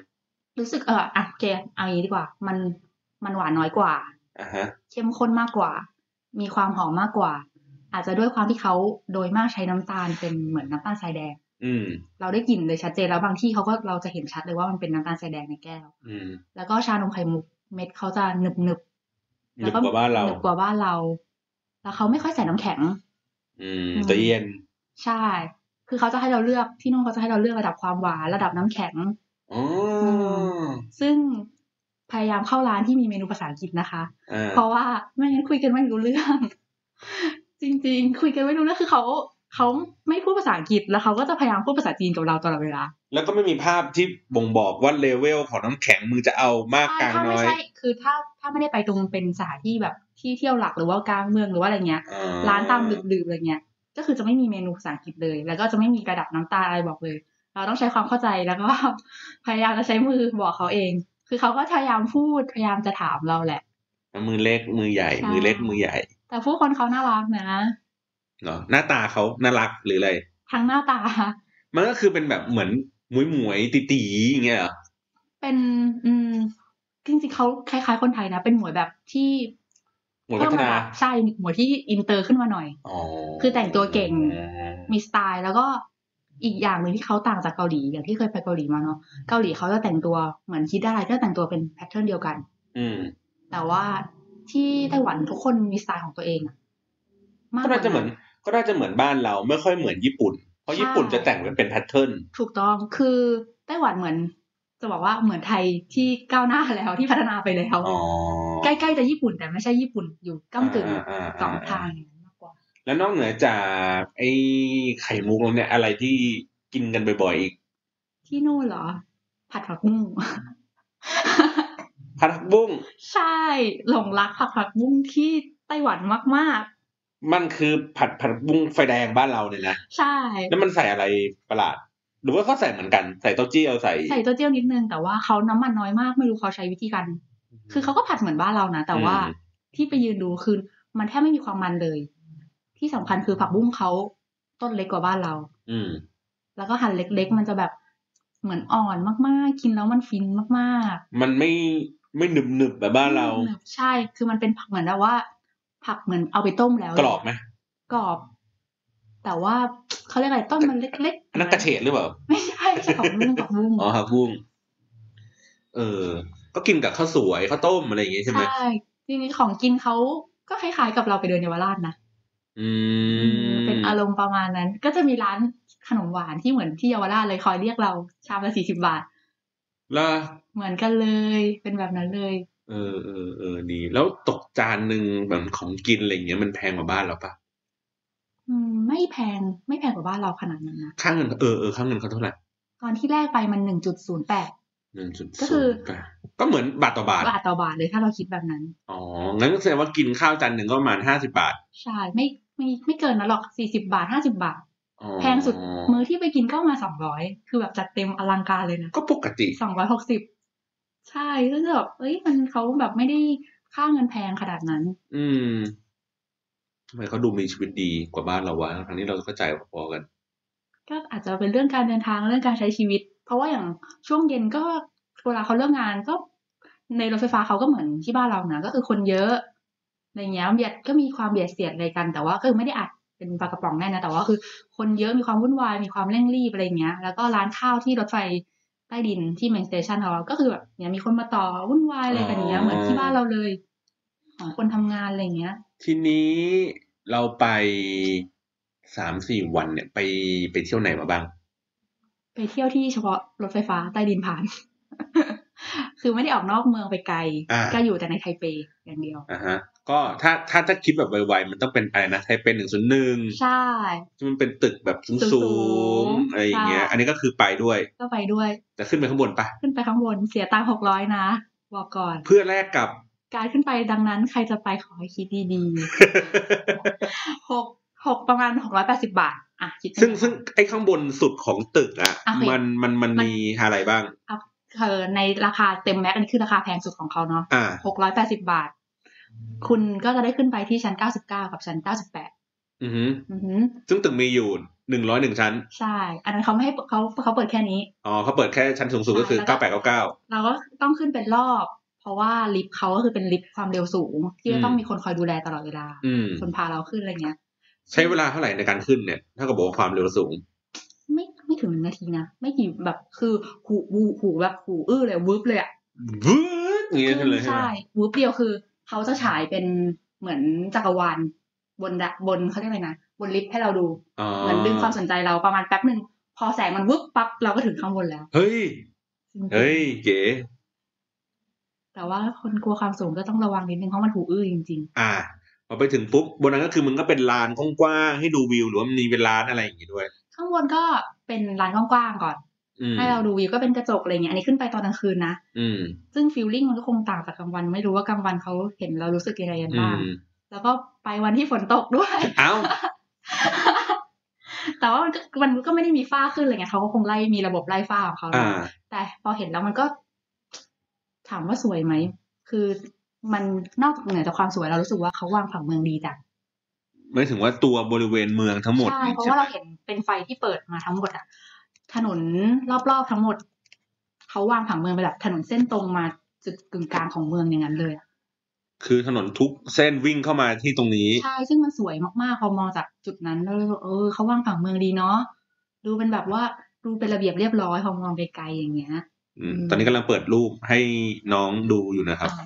[SPEAKER 2] รู้สึกเอออ่ะโอเคเอาอย่างนี้ดีกว่า มันมันหวานน้อยกว่า
[SPEAKER 1] อ่าฮะ
[SPEAKER 2] เข้มข้นมากกว่า มีความหอมมากกว่า อาจจะด้วยความที่เขาโดยมากใช้น้ำตาลเป็นเหมือนน้ำตาลทรายแดง
[SPEAKER 1] อืม
[SPEAKER 2] เราได้กลิ่นเลยชัดเจนแล้วบางที่เขาก็เราจะเห็นชัดเลยว่ามันเป็นน้ำตาลทรายแดงในแก้ว
[SPEAKER 1] อืม
[SPEAKER 2] แล้วก็ชานมไข่มุกเม็ดเขาจะหนึบหนึบ
[SPEAKER 1] หนึบกว่าบ้านเรา
[SPEAKER 2] หนึบกว่าบ้านเรา แล้วเขาไม่ค่อยใส่น้ำแข็ง
[SPEAKER 1] อืมตัวเย็น
[SPEAKER 2] ใช่ คือเขาจะให้เราเลือกที่นู่นเขาจะให้เราเลือกระดับความหวานระดับน้ำแข็ง
[SPEAKER 1] อ๋อ
[SPEAKER 2] ซึ่งพยายามเข้าร้านที่มีเมนูภาษาอังกฤษนะคะ
[SPEAKER 1] อ่า
[SPEAKER 2] เพราะว่าไม่งั้นคุยกันไม่รู้เรื่อง จริง ๆ คุยกันไม่รู้เรื่องคือเขาเขาไม่พูดภาษาอังกฤษแล้วเขาก็จะพยายามพูดภาษาจีนกับเราตลอดเวลา
[SPEAKER 1] แล้วก็ไม่มีภาพที่บ่งบอกว่าเลเวลของน้ำแข็งมือจะเอามากกลาง
[SPEAKER 2] ถ้า
[SPEAKER 1] น้
[SPEAKER 2] ไม่
[SPEAKER 1] อย
[SPEAKER 2] ใช่คือถ้าถ้าไม่ได้ไปตรงเป็นสถานที่แบบที่เที่ยวหลักหรือว่ากลางเมืองหรือว่าอะไรเงี้ย
[SPEAKER 1] อ่
[SPEAKER 2] ร้านตามดื่มๆอะไรเงี้ย ก็คือจะไม่มีเมนูภาษาอังกฤษเลย แล้วก็จะไม่มีกระดับน้ำตาลอะไรบอกเลย เราต้องใช้ความเข้าใจแล้วก็ พยายามจะใช้มือบอกเขาเอง คือเขาก็พยายามพูดพยายามจะถามเราแหละ
[SPEAKER 1] มือเล็กมือใหญ่
[SPEAKER 2] ใช่
[SPEAKER 1] มือเล็กมือใหญ่
[SPEAKER 2] แต่ผู้คนเขาน่ารักนะ
[SPEAKER 1] เหรอหน้าตาเขาน่ารักหรืออะไร
[SPEAKER 2] ทั้งหน้าตา
[SPEAKER 1] มันก็คือเป็นแบบเหมือนหมวยหมวยตีตีๆอย่างเงี้ยเหรอ
[SPEAKER 2] เป็นอืมจริงๆเขาคล้ายๆคนไทยนะ เป็นหมวยแบบที่
[SPEAKER 1] หมวยพั
[SPEAKER 2] เพิ่ม
[SPEAKER 1] ฒ
[SPEAKER 2] ระ
[SPEAKER 1] นา
[SPEAKER 2] ดับใช่หมวยที่อินเตอร์ขึ้นมาหน่อย
[SPEAKER 1] อ๋อ
[SPEAKER 2] คือแต่งตัวเก่ง มีสไตล์แล้วก็อีกอย่างหนึ่งที่เขาต่างจากเกาหลีอย่างที่เคยไปเกาหลีมาเนาะเกาหลีเขาจะแต่งตัวเหมือนคิดอะไรก็แต่งตัวเป็นแพทเทิร์นเดียวกัน
[SPEAKER 1] อืม
[SPEAKER 2] แต่ว่าที่ไต้หวันทุกคนมีสไตล์ของตัวเองอะมาก
[SPEAKER 1] ก็น่าจะเหมือนก็น่าจะเหมือนบ้านเราไม่ค่อยเหมือนญี่ปุ่น เพราะญี่ปุ่นจะแต่งเป็นแพทเทิร์น
[SPEAKER 2] ถูกต้องคือไต้หวันเหมือน จะบอกว่าเหมือนไทยที่ก้าวหน้าแล้วที่พัฒนาไปแล้ว
[SPEAKER 1] อ๋อ
[SPEAKER 2] ใกล้ๆจะญี่ปุ่น แต่ไม่ใช่ญี่ปุ่นอยู่ก้ากึ่ง
[SPEAKER 1] าาา
[SPEAKER 2] สองทางอย่างนั้นมากกว่า
[SPEAKER 1] แล้วนอกเหนือจากไอ้ไข่มุกแล้วเนี่ยอะไรที่กินกันบ่อยๆอีก
[SPEAKER 2] ที่นู่นเหรอ ผัดผักบุ้ง
[SPEAKER 1] ผัดผักบุ้ง
[SPEAKER 2] ใช่หลงรักผัดผักบุ้งที่ไต้หวันมาก
[SPEAKER 1] มันคือผัดผัดบุ้งไฟแดงบ้านเราเนี่ยนะ
[SPEAKER 2] ๆ ใช่
[SPEAKER 1] แล้วมันใส่อะไรประหลาด หรือว่าเขาใส่เหมือนกัน ใส่เต้าเจี้ยวใส่
[SPEAKER 2] ใส่เต้าเจี้ยวนิดนึงแต่ว่าเขาน้ำมันน้อยมากไม่รู้เขาใช้วิธีการคือเขาก็ผัดเหมือนบ้านเรานะแต่ว่า
[SPEAKER 1] อืม
[SPEAKER 2] ที่ไปยืนดูคือมันแทบไม่มีความมันเลย ที่สำคัญคือผักบุ้งเขาต้นเล็กกว่าบ้านเรา
[SPEAKER 1] อืม
[SPEAKER 2] แล้วก็หั่นเล็ก ๆ มันจะแบบเหมือนอ่อนมากๆ กินแล้วมันฟินมากๆ
[SPEAKER 1] มันไม่ไม่หนึบหนึบๆแบบบ้านเรา
[SPEAKER 2] ใช่ คือมันเป็นผักเหมือนแบบว่า ผักเหมือนเอาไปต้มแล้ว
[SPEAKER 1] กรอบไหม
[SPEAKER 2] กรอบ แต่ว่าเขาเรียกอะไรต้นมันเล็ก
[SPEAKER 1] อันนั้นกระเฉดหรือเปล่า
[SPEAKER 2] ไม่ใช่ไม่ใช่ของบุ้งของบุ้ง
[SPEAKER 1] อ๋อผักบุ้งเออ ก็กินกับข้าวสวยข้าวต้มอะไรอย่างงี้ใช่ไหม
[SPEAKER 2] ใช่จริงๆของกินเขาก็คล้ายๆกับเราไปเดินเยาวราชนะ
[SPEAKER 1] อืม
[SPEAKER 2] เป็นอารมณ์ประมาณนั้น ก็จะมีร้านขนมหวานที่เหมือนที่เยาวราชเลยคอยเรียกเราชามละสี่สิบบาท
[SPEAKER 1] แล้ว
[SPEAKER 2] เหมือนกันเลย เป็นแบบนั้นเลย
[SPEAKER 1] เออเออเออดี แล้วตกจานหนึ่งแบบของกินอะไรอย่างเงี้ยมันแพงกว่าบ้านเราปะ
[SPEAKER 2] อืมไม่แพงไม่แพงกว่าบ้านเราขนาดนั้นนะ
[SPEAKER 1] ค่าเงินเออเออค่าเงินเขาเท่าไหร่
[SPEAKER 2] ตอนที่แรกไปมันหนึ่งจุดศูนย์แปด
[SPEAKER 1] หนึ่งจุด
[SPEAKER 2] ก็คื
[SPEAKER 1] ศู
[SPEAKER 2] อ
[SPEAKER 1] นย์แปดก็เหมือนบาทต่อบาท
[SPEAKER 2] บาทต่อบาทเลยถ้าเราคิดแบบนั้น
[SPEAKER 1] อ๋อ งั้นก็แสดงว่ากินข้าวจานหนึ่งก็ประมาณห้าสิบาท
[SPEAKER 2] ใช่ไม่ไม่ไม่เกินนะหรอกสี่สิบาทห้าสิบาท
[SPEAKER 1] อ๋อ
[SPEAKER 2] แพงสุดมื้อที่ไปกินก็มาสองร้อยคือแบบจัดเต็มอลังการเลยนะ
[SPEAKER 1] ก็ปกติ
[SPEAKER 2] สองร้อยหกสิบใช่ก็จะแบบเอ้ยมันเขาแบบไม่ได้ค่าเงินแพงขนาดนั้น
[SPEAKER 1] อืมทำไมเขาดูมีชีวิตดีกว่าบ้านเราวะทั้งที่เราก็จ่ายพอๆกัน
[SPEAKER 2] ก็อาจจะเป็นเรื่องการเดินทางเรื่องการใช้ชีวิต เพราะว่าอย่างช่วงเย็นก็เวลาเขาเลิกงานก็ในรถไฟฟ้าเขาก็เหมือนที่บ้านเรานะก็คือคนเยอะอะไรเงี้ยเบียดก็มีความเบียดเสียดอะไรกัน แต่ว่าก็คือไม่ได้อัดเป็นปลากระป๋องแน่นะแต่ว่าคือคนเยอะมีความวุ่นวายมีความเร่งรีบอะไรเงี้ย แล้วก็ร้านข้าวที่รถไฟใต้ดินที่เมนสเตชันเขาอะก็คือแบบเนี่ยมีคนมาต่อวุ่นวายอะไรกันอย่างเงี้ยเหมือนที่บ้านเราเลยของคนทำงานอะไรเงี้ย
[SPEAKER 1] ทีนี้เราไปสามสี่วันเนี่ย ไปไปเที่ยวไหนมาบ้าง
[SPEAKER 2] ไปเที่ยวที่เฉพาะรถไฟฟ้าใต้ดินผ่าน คือไม่ได้ออกนอกเมืองไปไกล
[SPEAKER 1] อ่า
[SPEAKER 2] ก็อยู่แต่ในไทเปอย่างเดียว
[SPEAKER 1] อ่ะฮะ ก็ถ้าถ้าถ้าคิดแบบไวๆมันต้องเป็นอะไรนะไทเป็นหนึ่งศูนย์หนึ่ง
[SPEAKER 2] ใช่
[SPEAKER 1] ที่มันเป็นตึกแบบสูง
[SPEAKER 2] สู
[SPEAKER 1] สู
[SPEAKER 2] ง
[SPEAKER 1] ง
[SPEAKER 2] ๆ
[SPEAKER 1] อะไรอย่างเงี้ย
[SPEAKER 2] ใช่
[SPEAKER 1] อันนี้ก็คือไปด้วย
[SPEAKER 2] ก็ไปด้วย
[SPEAKER 1] แต่ขึ้นไปข้างบนปะ
[SPEAKER 2] ขึ้นไปข้างบนเสียตังค์หกร้อยนะ บอกก่อน
[SPEAKER 1] เพื่อแลกกับ
[SPEAKER 2] การขึ้นไปดังนั้นใครจะไปขอให้คิดดีๆ หกหกประมาณหกร้อยแปดสิบาท อ่ะคิดเป็น
[SPEAKER 1] ซึ่งซึ่งไอ้ข้างบนสุดของตึกอ่ะ
[SPEAKER 2] อ่ะคุย
[SPEAKER 1] มันมันมันมีอะไรบ้าง
[SPEAKER 2] เออในราคาเต็มแม็กอันนี้คือราคาแพงสุดของเขาเนาะ
[SPEAKER 1] อ่า
[SPEAKER 2] หกร้อยแปดสิบาท คุณก็จะได้ขึ้นไปที่ชั้นเก้าสิบเก้ากับชั้นเก้าสิบแปด
[SPEAKER 1] อือหือ
[SPEAKER 2] อือหือ
[SPEAKER 1] ซึ่งตึกมีอยู่หนึ่งร้อยหนึ่งชั้น
[SPEAKER 2] ใช่ อันนั้นเขาไม่ให้เขาเขาเปิดแค่นี้
[SPEAKER 1] อ๋อเขาเปิดแค่ชั้นสูงสุดก็คือ
[SPEAKER 2] ใช่
[SPEAKER 1] เก้าแปด
[SPEAKER 2] แล้ว
[SPEAKER 1] เก้าเก้า
[SPEAKER 2] เราก็ต้องขึ้นเป็นรอบ เพราะว่าลิฟต์เขาก็คือเป็นลิฟต์ความเร็วสูง ที่
[SPEAKER 1] อืม
[SPEAKER 2] ต้องมีคนคอยดูแลตลอดเวลา
[SPEAKER 1] อืม
[SPEAKER 2] คนพาเราขึ้นอะไรเงี้ย
[SPEAKER 1] ใช้เวลาเท่าไหร่ในการขึ้นเนี่ย ถ้ากับบอกว่าความเร็วสูง
[SPEAKER 2] ไม่ไม่ถึงหนึ่งนาทีนะ ไม่กี่แบบคือหูหูหูแบบหูอื้อเลยวืบเลยอะ
[SPEAKER 1] วืดอย่างเงี้ยขึ้นเลยใช่ไหม
[SPEAKER 2] ใช่วืบเดียวคือเขาจะฉายเป็นเหมือนจักรวาลบนดะบนเขาเรียกอะไรนะบนลิฟต์ให้เราดู
[SPEAKER 1] อ๋อ
[SPEAKER 2] เหมือนดึงความสนใจเราประมาณแป๊บหนึ่งพอแสงมันวืบปั๊บเราก็ถึงข้างบนแล้ว
[SPEAKER 1] เฮ้ย
[SPEAKER 2] จริงๆ
[SPEAKER 1] เฮ้ยเก๋
[SPEAKER 2] แต่ว่าคนกลัวความสูงก็ต้องระวังนิดนึงเพราะมันหูอื้อจริง ๆ
[SPEAKER 1] อ่าพอไปถึงปุ๊บบนนั้นก็คือมึงก็เป็นลานกว้างๆให้ดูวิวหรือว่ามันมีเป็นลานอะไรอย่างงี้ด้วย
[SPEAKER 2] ข้างบนก็เป็นร้านกว้างๆก่อน
[SPEAKER 1] อืม
[SPEAKER 2] ให้เราดูวิวก็เป็นกระจกอะไรเงี้ยอันนี้ขึ้นไปตอนกลางคืนนะ
[SPEAKER 1] อืม
[SPEAKER 2] ซึ่งฟิลลิ่งมันก็คงต่างจากกลางวัน ไม่รู้ว่ากลางวันเขาเห็นเรารู้สึกยังไงกัน
[SPEAKER 1] อื
[SPEAKER 2] บ้าง
[SPEAKER 1] ม
[SPEAKER 2] แล้วก็ไปวันที่ฝนตกด้วย
[SPEAKER 1] เอ้า
[SPEAKER 2] แต่ว่ามันก็มันก็ไม่ได้มีฝ้าขึ้นอะไรเงี้ยเขาก็คงไล่มีระบบไล่ฝ้าของเขา
[SPEAKER 1] อ่า
[SPEAKER 2] นะแต่พอเห็นแล้วมันก็ ถามว่าสวยไหม คือมันนอกจากเหนือจากความสวยเรารู้สึกว่าเขาวางผังเมืองดีจัง
[SPEAKER 1] ไม่ถึงว่าตัวบริเวณเมืองทั้งหมด
[SPEAKER 2] ใช่
[SPEAKER 1] นี่
[SPEAKER 2] เพราะ
[SPEAKER 1] ใช่
[SPEAKER 2] ว่า
[SPEAKER 1] ไหม
[SPEAKER 2] เราเห็นเป็นไฟที่เปิดมาทั้งหมดอะถนนรอบๆทั้งหมดเขาวางผังเมืองเป็นแบบถนนเส้นตรงมาจุดกึ่งกลางของเมืองอย่างนั้นเลยอะ
[SPEAKER 1] คือถนนทุกเส้นวิ่งเข้ามาที่ตรงนี้
[SPEAKER 2] ใช่ ซึ่งมันสวยมากๆ พอมองจากจุดนั้นแล้วเออเขาวางผังเมืองดีเนาะ ดูเป็นแบบว่าดูเป็นระเบียบเรียบร้อยพอมองไกลๆอย่างเงี้ย
[SPEAKER 1] อืมตอนนี้กำลังเปิดรูปให้น้องดูอยู่นะครับ
[SPEAKER 2] ใช่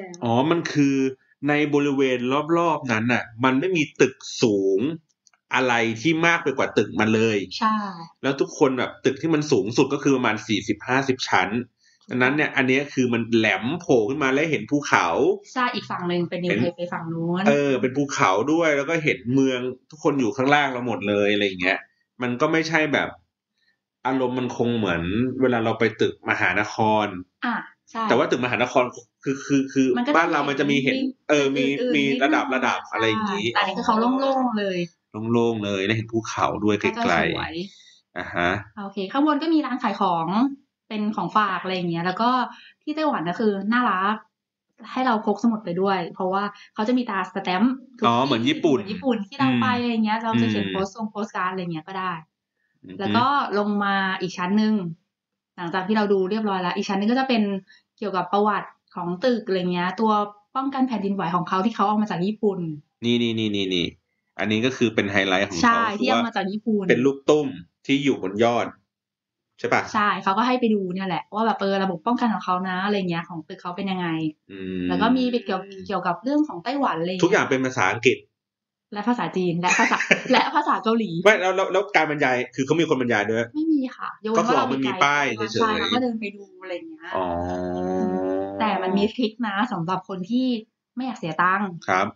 [SPEAKER 2] แล้ว
[SPEAKER 1] อ๋อ มันคือในบริเวณรอบๆนั้นน่ะ มันไม่มีตึกสูงอะไรที่มากไปกว่าตึกมันเลย
[SPEAKER 2] ใช่
[SPEAKER 1] แล้วทุกคนแบบตึกที่มันสูงสุดก็คือประมาณสี่สิบห้าสิบชั้นดังนั้นเนี่ย อันเนี้ยคือมันแหลมโผล่ขึ้นมาแล้วเห็นภูเขา
[SPEAKER 2] ใช่อีกฝั่งหนึ่งเป็นนิว
[SPEAKER 1] เป็น
[SPEAKER 2] เทไปฝั่งนู้น
[SPEAKER 1] เออ เป็นภูเขาด้วยแล้วก็เห็นเมืองทุกคนอยู่ข้างล่างเราหมดเลยอะไรอย่างเงี้ย มันก็ไม่ใช่แบบ อารมณ์มันคงเหมือน เวลาเราไปตึกมหานคร
[SPEAKER 2] อ่ะใช่
[SPEAKER 1] แต่ว่าตึกมหานครคือคือคือ
[SPEAKER 2] มันก็
[SPEAKER 1] บ้านเรามันจะมีเห็น
[SPEAKER 2] มี
[SPEAKER 1] เออมี
[SPEAKER 2] อื่นๆ
[SPEAKER 1] มี
[SPEAKER 2] นิดนึง
[SPEAKER 1] ระดับระดับอะไรอย่างนี้
[SPEAKER 2] ใช่แต่อันนี้คือเขาโล่งๆเลย
[SPEAKER 1] โล่งๆเลยแล้วเห็นภูเขาด้วยไก
[SPEAKER 2] ก็จะ
[SPEAKER 1] ล
[SPEAKER 2] สวย
[SPEAKER 1] ๆอ่ะฮะ
[SPEAKER 2] โอเค ข้างบนก็มีร้านขายของเป็นของฝากอะไรอย่างเงี้ย แล้วก็ที่ไต้หวันก็คือน่ารัก ให้เราพกสมุดไปด้วย เพราะว่าเขาจะมีตราสแตมป์ทุก
[SPEAKER 1] อ๋อเหมือนญี่ปุ่น
[SPEAKER 2] เหมืญี่ปุ่นที่เราไป
[SPEAKER 1] อืม
[SPEAKER 2] อะไรเงี้ย เราจะเขียน
[SPEAKER 1] อืม
[SPEAKER 2] โพสต์ทรงโพสต์การ์ดอะไรเงี้ยก็ได้
[SPEAKER 1] อืม
[SPEAKER 2] แล้วก็ลงมาอีกชั้นหนึ่งหลังจากที่เราดูเรียบร้อยแล้ว อีกชั้นหนึงก็จะเป็นเกี่ยวกับประวัติของตึกอะไรเงี้ย ตัวป้องกันแผ่นดินไหวของเขาที่เขาเอามาจากญี่ปุ่น
[SPEAKER 1] นี่นี่นี่นี่นี่อันนี้ก็คือเป็นไฮไลท์ของ
[SPEAKER 2] ใช่
[SPEAKER 1] เขา
[SPEAKER 2] ที่เอามาจากญี่ปุ่น
[SPEAKER 1] เป็นลูกตุ้มที่อยู่บนยอด ใช่ปะ
[SPEAKER 2] ใช่เขาก็ให้ไปดูเนี่ยแหละ ว่าแบบเออระบบป้องกันของเขานะอะไรเงี้ยของตึกเขาเป็นยังไง
[SPEAKER 1] อื
[SPEAKER 2] แล้วก็มีเกี่ยวเกี่ยวกับเรื่องของไต้หวันเลย
[SPEAKER 1] ทุกอย่างเป็นภาษาอังกฤษ
[SPEAKER 2] และภาษาจีนและภาษา และภาษาเกาหลี
[SPEAKER 1] ไม่แล้วแล้วแล้วการบรรยายคือเขามีคนบรรยายด้วย
[SPEAKER 2] ไม่มีค่ะยก
[SPEAKER 1] ก็
[SPEAKER 2] เว้น
[SPEAKER 1] คือ
[SPEAKER 2] ว่าเรา
[SPEAKER 1] มันมี
[SPEAKER 2] ไกด์
[SPEAKER 1] ป้ายเฉยๆ
[SPEAKER 2] ใช่เราก็เดินไปดูอะไรเงี้ย
[SPEAKER 1] อ๋อ
[SPEAKER 2] แต่มันมีทริคนะสำหรับคนที่ไม่อยากเสียตังค์
[SPEAKER 1] ครับ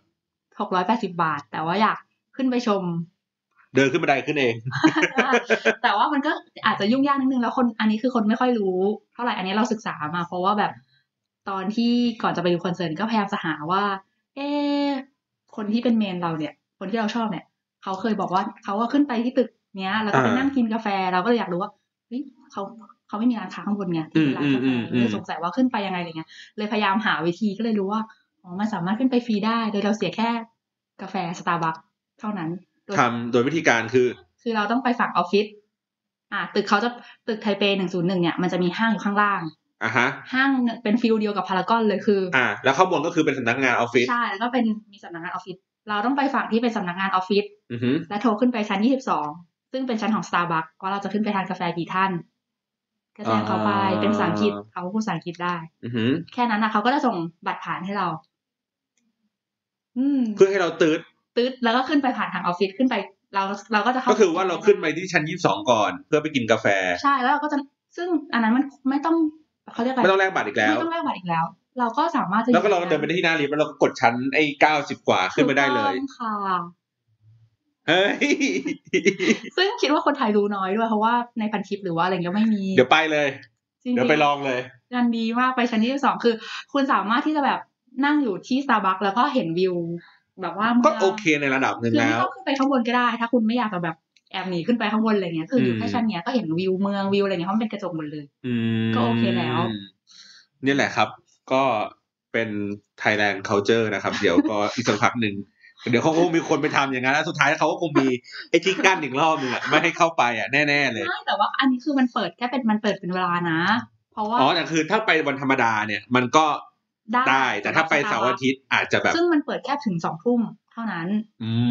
[SPEAKER 2] หกร้อยแปดสิบาท แต่ว่าอยากขึ้นไปชม
[SPEAKER 1] เดินขึ้นบันไดขึ้นเอง
[SPEAKER 2] แต่ว่ามันก็อาจจะยุ่งยากนิดนึงแล้วคนอันนี้คือคนไม่ค่อยรู้เท่าไหร่อันนี้เราศึกษามา เพราะว่าแบบตอนที่ก่อนจะไปดูคอนเสิร์ตก็พยายามจะหาว่า เอ๊ะคนที่เป็นเมนเราเนี่ย คนที่เราชอบเนี่ย เขาเคยบอกว่าเขาว่าขึ้นไปที่ตึกเนี้ยแล้วก็ไป
[SPEAKER 1] อ่า
[SPEAKER 2] นั่งกินกาแฟเราก็เลยอยากรู้ว่าเฮ้ยเขาเขาไม่มีร้านค้าข้างบนไงที่เป็นร้านกาแฟ
[SPEAKER 1] อืมอืมอืม
[SPEAKER 2] เลยสงสัยว่าขึ้นไปยังไงอะไรเงี้ยเลยพยายามหาวิธีก็เลยรู้ว่าอ๋อมันสามารถขึ้นไปฟรีได้โดยเราเสียแค่กาแฟสตาร์บัคเท่านั้นโดย
[SPEAKER 1] ทำโดยวิธีการคือ
[SPEAKER 2] คือเราต้องไปฝั่งออฟฟิศ อ่า ตึกเขาจะตึกไทเปหนึ่งศูนย์หนึ่งเนี่ย มันจะมีห้างอยู่ข้างล่าง
[SPEAKER 1] อ่ะฮะ
[SPEAKER 2] ห้างเนี่ยเป็นฟิลเดียวกับพารากอนเลยคืออ
[SPEAKER 1] อ่า แล้วข้างบนก็คือเป็นสำนักงานออฟฟิศ
[SPEAKER 2] ใช่ แล้วก็เป็นมีสำนักงานออฟฟิศ เราต้องไปฝั่งที่เป็นสำนักงานออฟฟิศ
[SPEAKER 1] อือหือ
[SPEAKER 2] และโทรขึ้นไปชั้นยี่สิบสอง ซึ่งเป็นชั้นของ Starbucks ว่าเราจะขึ้นไปทานกาแฟกี่ท่าน ก็แจ้งเขาไป
[SPEAKER 1] อ่า
[SPEAKER 2] เป็นภาษาอังกฤษเขาพูดภาษาอังกฤษได้
[SPEAKER 1] อือหือ
[SPEAKER 2] แค่นั้นนะเขาก็จะส่งบัตรผ่านให้เรา อืม
[SPEAKER 1] เพื่อให้เราตืด
[SPEAKER 2] ตึ๊ด แล้วก็ขึ้นไปผ่านทางออฟฟิศ ขึ้นไป เรา เราก็จะเข้า
[SPEAKER 1] ก็คือว่าเราขึ้นไปที่ชั้นยี่สองก่อน เพื่อไปกินกาแฟ
[SPEAKER 2] ใช่แล้วเราก็จะซึ่งอันนั้นมันไม่ต้องเขาเรียกอะไร
[SPEAKER 1] ไม่ต้องแลกบัตรอีกแล้ว
[SPEAKER 2] ไม่ต้องแลกบัตรอีกแล้ว เราก็สามารถจะ
[SPEAKER 1] แล้วก็เราเดินไปที่หน้าลิฟต์แล้วเราก็กดชั้นไอ้เก้าสิบกว่าขึ้นไปได้เลย
[SPEAKER 2] ถูกต้องค่ะ
[SPEAKER 1] เฮ้ย
[SPEAKER 2] ซึ่งคิดว่าคนไทยรู้น้อยด้วยเพราะว่าในพันทิปหรือว่าอะไรเงี้ยไม่มี
[SPEAKER 1] เดี๋ยวไปเลย
[SPEAKER 2] จริงๆ
[SPEAKER 1] เดี๋ยวไปลองเลย
[SPEAKER 2] มันดีมากไปชั้นที่สองคือ คุณสามารถที่จะแบบนั่งอยู่ที่สตาร์บัคแล้วก็เห็นวิว แบบว่า
[SPEAKER 1] ก็โอเคในระดับหนึ่ง
[SPEAKER 2] คือ
[SPEAKER 1] แล้
[SPEAKER 2] ไม่
[SPEAKER 1] ว
[SPEAKER 2] ต้องขึ้นไปข้างบนก็ได้ ถ้าคุณไม่อยากจะแบบแอบหนีขึ้นไปข้างบนอะไรเงี้ยคืออยู่แค่
[SPEAKER 1] อืม
[SPEAKER 2] ชั้นเนี้ยก็เห็นวิวเมืองวิวอะไรเงี้ยเพราะมันเป็นกระจกหมดเลย
[SPEAKER 1] อืม
[SPEAKER 2] ก็โอเคแล้ว
[SPEAKER 1] นี่แหละครับ ก็เป็น Thailand culture นะครับ เดี๋ยวก็ อีกสักพักหนึ่งเดี๋ยวเขาคงมีคนไปทำอย่างนั้นแล้วสุดท้ายเขาก็คงมีไอ้ที่กั้นอีกรอบหนึงอะไม่ให้เข้าไปอะแน่ๆเลย
[SPEAKER 2] ใช่แต่ว่าอันนี้คือมันเปิดแค่เป็นมันเปิดเป็นเวลานะ เพราะว่า
[SPEAKER 1] อ๋อแต่คือถ้าไปวันธรรมดาเนี่ย มันก็
[SPEAKER 2] ได้
[SPEAKER 1] ได้ แต่ถ้าไปเสาร์อาทิตย์อาจจะแบบ
[SPEAKER 2] ซึ่งมันเปิดแค่ถึงสองทุ่มเท่านั้น
[SPEAKER 1] อืม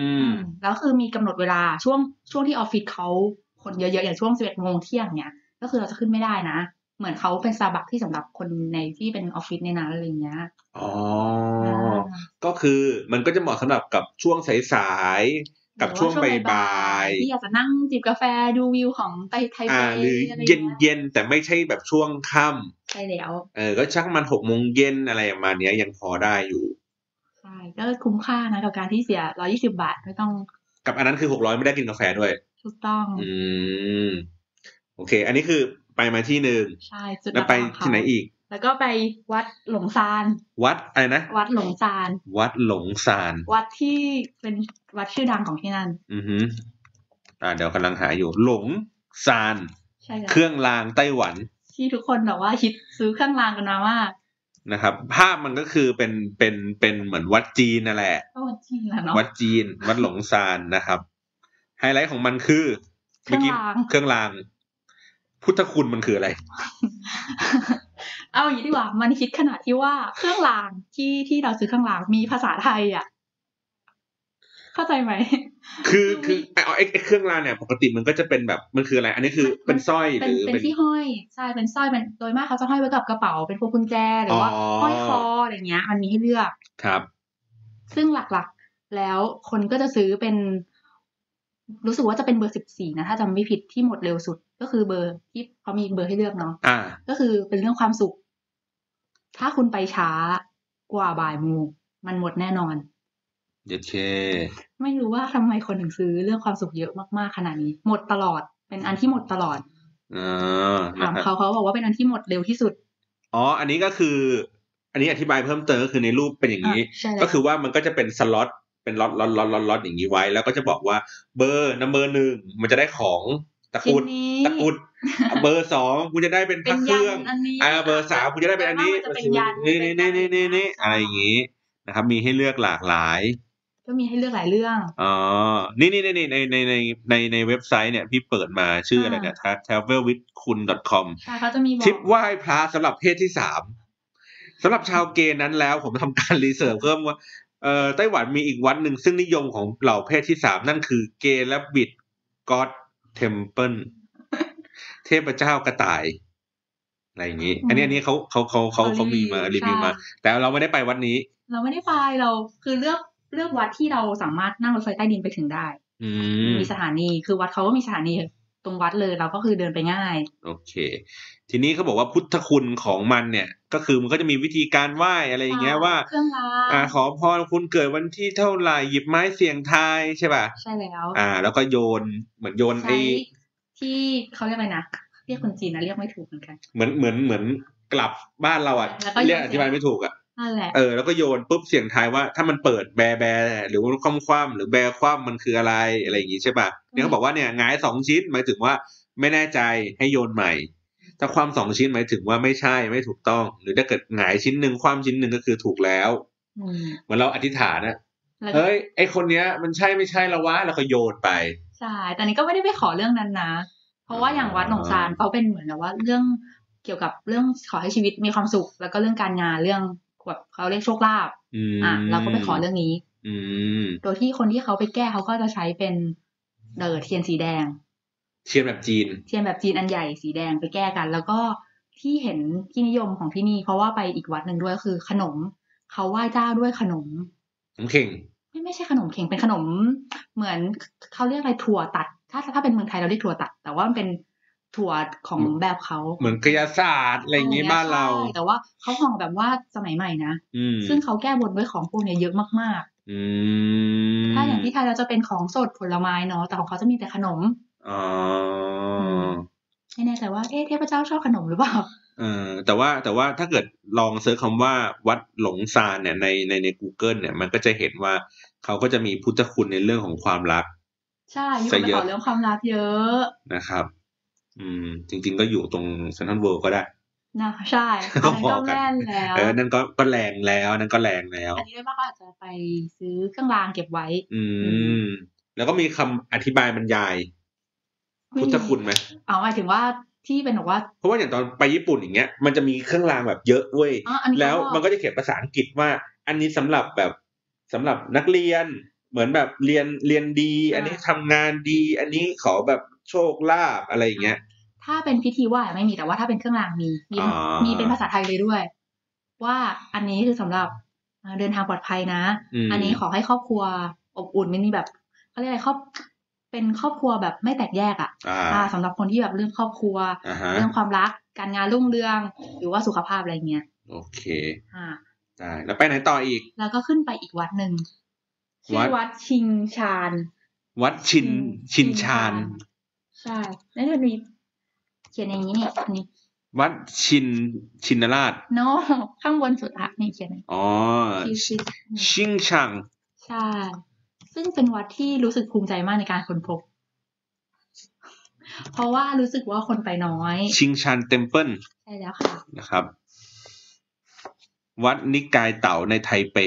[SPEAKER 2] อืมแล้วคือมีกำหนดเวลาช่วงช่วงที่ออฟฟิศเขาคนเยอะๆ อย่างช่วงสิบเอ็ดโมงเที่ยงเนี่ย ก็คือเราจะขึ้นไม่ได้นะ เหมือนเขาเป็นซาบักที่สำหรับคนในที่เป็นออฟฟิศในนั้นอะไรอย่างเงี้ย
[SPEAKER 1] อ๋อ
[SPEAKER 2] า
[SPEAKER 1] ก็คือมันก็จะเหมาะสำหรับกับช่วงสายๆ กับ
[SPEAKER 2] หรือ
[SPEAKER 1] ช่วงบ่าย
[SPEAKER 2] ๆที่อยากจะนั่งจิบกาแฟดูวิวของไทไทเป
[SPEAKER 1] อ่าหรือ
[SPEAKER 2] อะ
[SPEAKER 1] อ
[SPEAKER 2] ไรเงี้
[SPEAKER 1] เย็นเย็นๆแต่ไม่ใช่แบบช่วงค่
[SPEAKER 2] ใช่แล้ว
[SPEAKER 1] ำเออ ก็ชักมันหกโมงเย็นอะไรประมาณเนี้ยยังพอได้อยู่
[SPEAKER 2] ใช่ก็คุ้มค่านะกับการที่เสียร้อยี่สิบาทไม่ต้อง
[SPEAKER 1] กับอันนั้นคือหกร้อยไม่ได้กินกาแฟด้วย
[SPEAKER 2] ถูกต้อง
[SPEAKER 1] อืม โอเค อันนี้คือไปมาที่หนึ่ง
[SPEAKER 2] ใช่จุด
[SPEAKER 1] แล้วไป
[SPEAKER 2] หลักของเขา
[SPEAKER 1] ที่ไหนอีก
[SPEAKER 2] แล้วก็ไปวัดหลงซาน
[SPEAKER 1] วัดอะไรนะ
[SPEAKER 2] วัดหลงซาน
[SPEAKER 1] วัดหลงซาน
[SPEAKER 2] วัดที่เป็นวัดชื่อดังของที่นั่น
[SPEAKER 1] อือฮึอ่าเดี๋ยวกำลังหาอยู่ หลงซาน
[SPEAKER 2] ใช่แล้ว
[SPEAKER 1] เครื่องรางไต้หวัน
[SPEAKER 2] ที่ทุกคนแบบว่าฮิตซื้อเครื่องรางกันมาว่า
[SPEAKER 1] นะครับ ภาพมันก็คือเป็นเป็นเป็นเหมือนวัดจีนนั่นแหละ
[SPEAKER 2] ก็วัดจริงแหละเนาะ
[SPEAKER 1] วัดจีน วัดหลงซานนะครับ ไฮไลท์ของมันคือ
[SPEAKER 2] เครื่องราง
[SPEAKER 1] เมื่อกี้เครื่องราง พุทธคุณมันคืออะไร
[SPEAKER 2] เอาอย่างนี้ดีกว่ามันฮิตขนาดที่ว่าเครื่องรางที่ที่เราซื้อเครื่องรางมีภาษาไทยอ่ะ เข้าใจไหม
[SPEAKER 1] คือ
[SPEAKER 2] คื
[SPEAKER 1] คือ อ
[SPEAKER 2] มี
[SPEAKER 1] ไอ้ไอ้ไอ้เครื่องรางเนี่ยปกติมันก็จะเป็นแบบมันคืออะไร อันนี้คือเป็นสร้อย
[SPEAKER 2] เป็
[SPEAKER 1] ห
[SPEAKER 2] น
[SPEAKER 1] รือ
[SPEAKER 2] เป็น
[SPEAKER 1] เป็น
[SPEAKER 2] ที่ห้อยใช่เป็นสร้อยเป็นโดยมากเขาจะห้อยไว้กับกระเป๋า เป็นพวงกุญแจหรือว่า
[SPEAKER 1] อ๋อ
[SPEAKER 2] ห้อยคออะไรเงี้ย มันมีให้เลือก
[SPEAKER 1] ครับ
[SPEAKER 2] ซึ่งหลักๆ แล้วคนก็จะซื้อเป็น รู้สึกว่าจะเป็นเบอร์สิบสี่นะถ้าจำไม่ผิดที่หมดเร็วสุด ก็คือเบอร์ที่เขามีเบอร์ให้เลือกเนาะ
[SPEAKER 1] อ่า
[SPEAKER 2] ก็คือเป็นเรื่องความสุข ถ้าคุณไปช้ากว่าบ่ายโมงมันหมดแน่นอน
[SPEAKER 1] เดี๋ยวเค
[SPEAKER 2] ไม่รู้ว่าทำไมคนถึงซื้อเรื่องความสุขเยอะมากๆขนาดนี้ หมดตลอด เป็นอันที่หมดตลอด
[SPEAKER 1] อ่า
[SPEAKER 2] ถาม
[SPEAKER 1] นะครับ
[SPEAKER 2] เขาเขาบอกว่าเป็นอันที่หมดเร็วที่สุด
[SPEAKER 1] อ๋อ อันนี้ก็คือ อันนี้อธิบายเพิ่มเติมก็คือในรูปเป็นอย่างนี้
[SPEAKER 2] ะใช่แล้ว
[SPEAKER 1] ก็คือว่ามันก็จะเป็นสล็อต เป็นล็อตล็อตล็อตล็อตล็อตอย่างนี้ไว้ แล้วก็จะบอกว่าเบอร์นัมเบอร์หนึ่งมันจะได้ของตะก
[SPEAKER 2] ชิ้
[SPEAKER 1] รุ
[SPEAKER 2] น
[SPEAKER 1] ด
[SPEAKER 2] นี้
[SPEAKER 1] ตะกรุด เบอร์สองคุณจะได้เป็นพ
[SPEAKER 2] เป็
[SPEAKER 1] ระ
[SPEAKER 2] น
[SPEAKER 1] เค
[SPEAKER 2] ยั
[SPEAKER 1] รื่อง
[SPEAKER 2] นอันนี้
[SPEAKER 1] อ่า เบอร์สามคุณจะได้เป็นอันนี้
[SPEAKER 2] แต่ว่ามัจะเป็นยัน
[SPEAKER 1] นี่นี่นี่นี่นี่นี่อะไรอย่างนี้นะครับ มีให้เลือกหลากหลาย
[SPEAKER 2] ก็มีให้เลือกหลายเรื่อง
[SPEAKER 1] อ๋อ นี่นี่นี่นี่ในในในในในเว็บไซต์เนี่ยพี่เปิดมาชื่ออะไรเนี่ย travelwithkun.com
[SPEAKER 2] ใช่เขาจะมีบอก
[SPEAKER 1] ทริปไหว้พระสำหรับเพศที่สามสำหรับชาวเกย์นั้นแล้ว ผมทำการรีเสิร์ชเพิ่มว่าเอ่อไต้หวันมีอีกวัดหนึ่งซึ่งนิยมของเหล่าเพศที่สามนั่นคือเกย์และบิดก็อดเทมเพิ ลเทพเจ้ากระต่าย อะไรอย่างนี้ อันนี้อันนี้เขาเขาเขาเขาเขามีมารีวิวมา
[SPEAKER 2] ใช่
[SPEAKER 1] แต่เราไม่ได้ไปวัดนี้
[SPEAKER 2] เราไม่ได้ไปเราคือเลือกเลือกวัดที่เราสามารถนั่งรถไฟใต้ดินไปถึงได้
[SPEAKER 1] อืม
[SPEAKER 2] มีสถานีคือวัดเขาก็มีสถานี ตรงวัดเลยเราก็คือเดินไปง่าย
[SPEAKER 1] โอเค ทีนี้เขาบอกว่าพุทธคุณของมันเนี่ย ก็คือมันก็จะมีวิธีการไหว้อะไรอย่างเงี้ยว่า
[SPEAKER 2] เครื่องราง
[SPEAKER 1] อ่า ขอพรคุณเกิดวันที่เท่าไหร่หยิบไม้เสี่ยงทายใช่ป่ะ
[SPEAKER 2] ใช่แล้ว
[SPEAKER 1] อ่า แล้วก็โยนเหมือนโยนไอ
[SPEAKER 2] ใช้ที่เขาเรียกอะไรนะเรียกคนจีนนะเรียกไม่ถูกเหมือนกัน
[SPEAKER 1] เหมือนเหมือนเหมือนกลับบ้านเราอ่ะ
[SPEAKER 2] แล้วก็โยน
[SPEAKER 1] เรียกอธิบายไม่ถูกอ่ะ
[SPEAKER 2] นั่นแหละ
[SPEAKER 1] เออแล้วก็โยนปุ๊บเสี่ยงทายว่า ถ้ามันเปิดแบร์แบร์หรือว่าคว่ำคว่ำหรือแบร์คว่ำมันคืออะไรอะไรอย่างงี้ใช่ป่ะเนี่ยเขาบอกว่าเนี่ยหงายสองชิ้นหมายถึงว่าไม่แน่ใจให้โยนใหม่ ถ้าความสองชิ้นหมายถึงว่าไม่ใช่ไม่ถูกต้อง หรือถ้าเกิดหงายชิ้นหนึ่งความชิ้นหนึ่งก็คือถูกแล้ว
[SPEAKER 2] อืม
[SPEAKER 1] เหมือนเราอธิษฐานอะ
[SPEAKER 2] แล้วก็
[SPEAKER 1] เฮ้ยไอคนเนี้ยมันใช่ไม่ใช่ละวะแล้วก็โยนไป
[SPEAKER 2] ใช่แต่นี้ก็ไม่ได้ไปขอเรื่องนั้นนะเพราะว่าอย่างวัดหนองซานเขาเป็นเหมือนกับว่าเรื่องเกี่ยวกับเรื่องขอให้ชีวิตมีความสุข แล้วก็เรื่องการงานเรื่องแบบเขาเรียกโชคลาภ
[SPEAKER 1] อืม
[SPEAKER 2] อ่ะเราก็ไปขอเรื่องนี้
[SPEAKER 1] อืม
[SPEAKER 2] โดยที่คนที่เขาไปแก้เขาก็จะใช้เป็นเดอเทียนสีแดง
[SPEAKER 1] เชียนแบบจีน
[SPEAKER 2] เทียนแบบจีนอันใหญ่สีแดงไปแก้กัน แล้วก็ที่เห็นที่นิยมของที่นี่ เพราะว่าไปอีกวัดหนึ่งด้วยคือขนม เขาไหว้เจ้าด้วยขนม
[SPEAKER 1] น้ำเข่ง
[SPEAKER 2] ไม่ไม่ใช่ขนมเข็งเป็นขนม เหมือนเขาเรียกอะไรถั่วตัด ถ้าถ้าเป็นเมืองไทยเราเรียกถั่วตัด แต่ว่ามันเป็นถั่วของแบบเขา
[SPEAKER 1] เหมือนกายศาสตร์อะไรอย่างงี้บ้านเรา
[SPEAKER 2] ใช่แต่ว่าเขาห่อแบบว่าสมัยใหม่นะ
[SPEAKER 1] อืม
[SPEAKER 2] ซึ่งเขาแก้บนด้วยของพวกเนี้ยเยอะมาก
[SPEAKER 1] อืม
[SPEAKER 2] ๆ ถ้าอย่างที่ไทยเราจะเป็นของสดผลไม้เนาะแต่ของเขาจะมีแต่ขนม
[SPEAKER 1] อ๋ออ
[SPEAKER 2] ม ไม่แน่ใจว่าเอ๊ะเทพเจ้าชอบขนมหรือเปล่า
[SPEAKER 1] เออแต่ว่าแต่ว่าถ้าเกิดลองเซิร์ชคำว่าวัดหลงซานเนี่ยในในใน Google เนี่ยมันก็จะเห็นว่าเขาก็จะมีพุทธคุณในเรื่องของความรัก
[SPEAKER 2] ใช่มีคนไป
[SPEAKER 1] ซะเย
[SPEAKER 2] ต่อ
[SPEAKER 1] อะ
[SPEAKER 2] เรื่องความรักเยอะ
[SPEAKER 1] นะครับ อืม จริง ๆ ก็อยู่ตรงเซนทรัลเวิลด์ก็ได้
[SPEAKER 2] นะ ใช่
[SPEAKER 1] ก็พ
[SPEAKER 2] อันนั้น
[SPEAKER 1] อ
[SPEAKER 2] ก็
[SPEAKER 1] กัน
[SPEAKER 2] แม่นแล้ว
[SPEAKER 1] เออ นั่นก็ก็แรงแล้วนั่นก็แรงแล้ว
[SPEAKER 2] อันนี้ได้ว่าเขาอาจจะไปซื้อเครื่องรางเก็บไว้
[SPEAKER 1] อื
[SPEAKER 2] อื
[SPEAKER 1] ม แล้วก็มีคำอธิบายบรรยาย พุทธคุณไหม
[SPEAKER 2] เอาหมายถึงว่าที่เป็นบอกว่า
[SPEAKER 1] เพราะว่าอย่างตอนไปญี่ปุ่นอย่างเงี้ยมันจะมีเครื่องรางแบบเยอะเว้ย
[SPEAKER 2] อ๋ออันนี้
[SPEAKER 1] แล้ว
[SPEAKER 2] ก็
[SPEAKER 1] มันก็จะเขียนภาษาอังกฤษว่า อันนี้สำหรับแบบสำหรับนักเรียน เหมือนแบบเรียนเรียนดี อันนี้ทำงานดี อันนี้ขอแบบโชคลาภอะไรอย่างเงี้ย
[SPEAKER 2] ถ้าเป็นพิธีไหว้ไม่มีแต่ว่าถ้าเป็นเครื่องรางมีมี
[SPEAKER 1] อ่ามี
[SPEAKER 2] มีเป็นภาษาไทยเลยด้วย ว่าอันนี้คือสำหรับเอ่อเดินทางปลอดภัยนะ
[SPEAKER 1] ม
[SPEAKER 2] อันนี้ขอให้ครอบครัวอบอุ่นไม่นี่แบบเขาเรียกอะไรครอบเป็นครอบครัวแบบไม่แตกแยกอ่ะ
[SPEAKER 1] อ่า
[SPEAKER 2] อ่าสำหรับคนที่แบบเรื่องครอบครัว
[SPEAKER 1] อ่าฮะ
[SPEAKER 2] เรื่องความรักการงานรุ่งเรือง หรือว่าสุขภาพอะไรเงี้ย
[SPEAKER 1] โอเค
[SPEAKER 2] อ่า
[SPEAKER 1] ได้แล้วไปไหนต่ออีก
[SPEAKER 2] แล้วก็ขึ้นไปอีกวัดหนึ่งชื่
[SPEAKER 1] วั
[SPEAKER 2] อ
[SPEAKER 1] ด
[SPEAKER 2] วัดชิงชาน
[SPEAKER 1] วัดชินชินชาน
[SPEAKER 2] ใช่ แล้วมันมีเขียนอย่างนี้เนี่ยอันนี้
[SPEAKER 1] วัดชินชินราช
[SPEAKER 2] เนาะ ข้างบนสุดอะนี่เขียนอะไร
[SPEAKER 1] อ๋อ
[SPEAKER 2] ชิวชิด
[SPEAKER 1] ชิงชัง
[SPEAKER 2] ใช่ ซึ่งเป็นวัดที่รู้สึกภูมิใจมากในการค้นพบ เพราะว่ารู้สึกว่าคนไปน้อย
[SPEAKER 1] ชิงชันเต็มเปิล
[SPEAKER 2] ใช่แล้วค่ะ
[SPEAKER 1] นะครับ วัดนิกายเต่าในไทเป